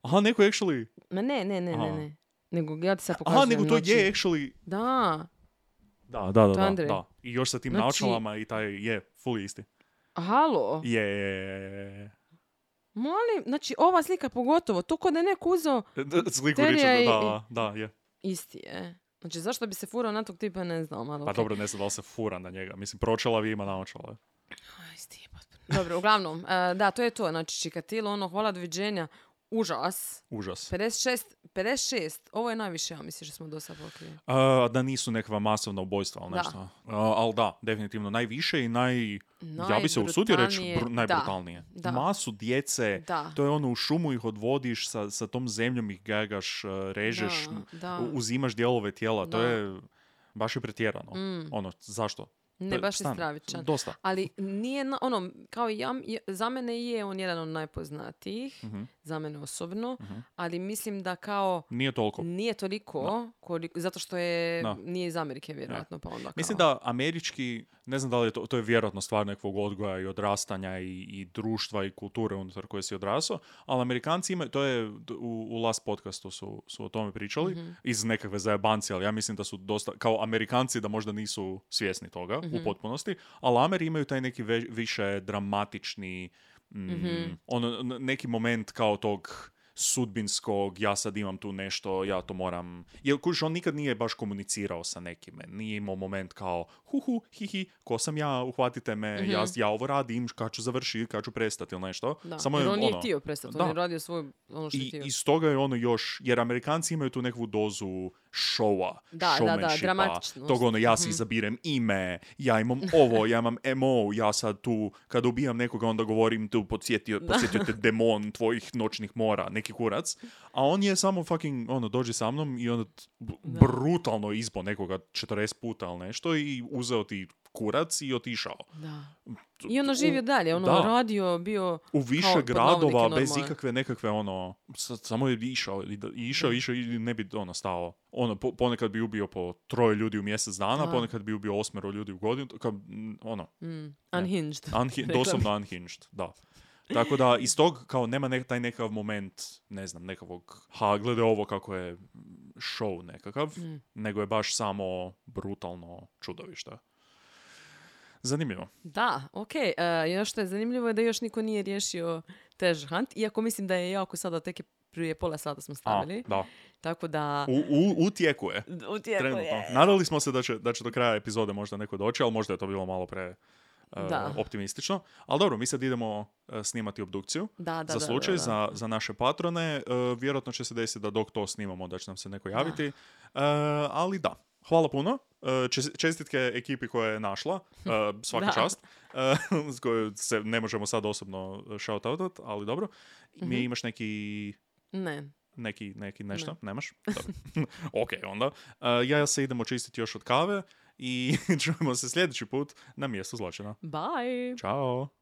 Aha, neko je actually...
Ma ne, ne, ne, ne,
Aha.
ne. Nego ja ti sad pokazujem.
Aha, nego to
znači-
je actually...
Da.
Da, da, da,
To je
da,
Andrej.
da. I još sa tim
Znači-
naočalama i taj je, full isti.
Halo.
Je, je, je, je, <laughs> je.
Molim, znači ova slika pogotovo, to kod da je neko uzeo
D- Sliku
Terry
Richarda,
je-
da, da, je.
isti je. Znači zašto bi se furao na tog tipa, ne znam, ali
Pa
okej.
dobro, ne znam da li se fura na njega. Mislim, pročelavi ima naočale.
A, isti je potpuno. Dobro, uglavnom, e, da, to je to, znači čikatilo, ono, hvala doviđenja, užas.
Užas.
56, 56, ovo je najviše, ja mislim, što smo do sad pokrili.
A, da nisu nekakva masovna ubojstva ili
Da.
nešto. Da. ali da, definitivno najviše i naj... Ja bi se usudio reći
Najbrutalnije, da,
br- najbrutalnije.
da.
Masu djece,
Da.
to je ono u šumu ih odvodiš, sa, sa tom zemljom ih gagaš, eh, režeš,
Da,
m,
da.
u- uzimaš dijelove tijela, to
Da. Mm.
je baš je pretjerano. Ono, zašto?
Ne,
To
baš je
stani,
stravičan.
Dosta.
Ali nije, na- ono, kao ja, je- za mene je on jedan od najpoznatijih,
Mhm.
za mene osobno, ali mislim da kao
Nije toliko.
nije toliko, koliko- zato što je,
Da.
nije iz Amerike vjerojatno, pa onda kao.
Mislim da američki, ne znam da li je to, to je vjerojatno stvar nekog odgoja i odrastanja i, i društva i kulture unutar koje si odrasao, ali amerikanci imaju, to je d- u, u last podcastu su, su o tome pričali, iz nekakve zajebancije, ali ja mislim da su dosta, kao amerikanci da možda nisu svjesni toga u potpunosti, ali Ameri imaju taj neki ve- više dramatični,
Mm-hmm.
mm, ono, n- neki moment kao tog sudbinskog, ja sad imam tu nešto, ja to moram... Jer kužiš, on nikad nije baš komunicirao sa nekime. Nije imao moment kao huhu, hihi, ko sam ja, uhvatite me,
Mm-hmm.
ja, ja ovo radim, kad ću završiti, kad ću prestati ili nešto.
Da,
Samo
jer
je
on nije
ono,
htio prestati,
da.
on je radio svoj, ono što je
I
htio.
iz toga je ono još, jer Amerikanci imaju tu neku dozu showa,
Da, da, da,
showmanshipa,
dramatičnost. Mhm.
Toga ono, ja si izabirem ime, ja imam ovo,
<laughs>
ja imam emo, ja sad tu, kad ubijam nekoga, onda govorim tu, podsjetio, podsjetio te demon tvojih noćnih mora, neki kurac. A on je samo fucking, ono, dođi sa mnom i onda t- b- brutalno izbo nekoga 40 puta ili nešto i uzeo ti kurac i otišao.
Da. I ono živio dalje, ono
da.
radio, bio...
U više
kao pod
gradova,
navodnike
bez
normalan.
ikakve nekakve ono, s- samo je išao, i da- i išao, išao i ne bi ono stao. Ono, po- ponekad bi ubio po troje ljudi u mjesec dana,
Da.
ponekad bi ubio osmero ljudi u godinu, to kao, mm, ono,
Mm, unhinged.
unhi-
Rekla
doslovno unhinged, da. Tako da iz tog kao nema nek, taj nekakav moment, ne znam, nekakvog, ha, glede ovo kako je mm, show nekakav,
Mm.
nego je baš samo brutalno čudovište. Zanimljivo.
e, Da, ok. još što je zanimljivo je da još niko nije riješio tež hunt, iako mislim da je jako sada, tek je prije pola sata smo
A,
stavili,
da.
tako da...
U, u, u tijeku je.
U tijeku
Trenutno. No.
je.
Nadali smo se da će, da će do kraja epizode možda neko doći, ali možda je to bilo malo pre e,
Da.
optimistično. Ali dobro, mi sad idemo e, snimati obdukciju.
Da, da,
za
da,
slučaj,
da, da.
Za, za naše patrone, e, vjerojatno će se desiti da dok to snimamo da će nam se neko javiti. E, ali da, hvala puno. E, čes- čestitke ekipi koja je našla, e,
<laughs>
svaka
Da.
čast, e, s koju se ne možemo sad osobno shoutoutat, ali dobro.
Mhm.
Mi imaš neki
Ne.
neki, neki nešto, nemaš? Dobro. <laughs> ok, onda. Uh, ja se idem očistiti <laughs> još od kave i čujemo se sljedeći put na mjestu zločina.
Bye!
Ćao!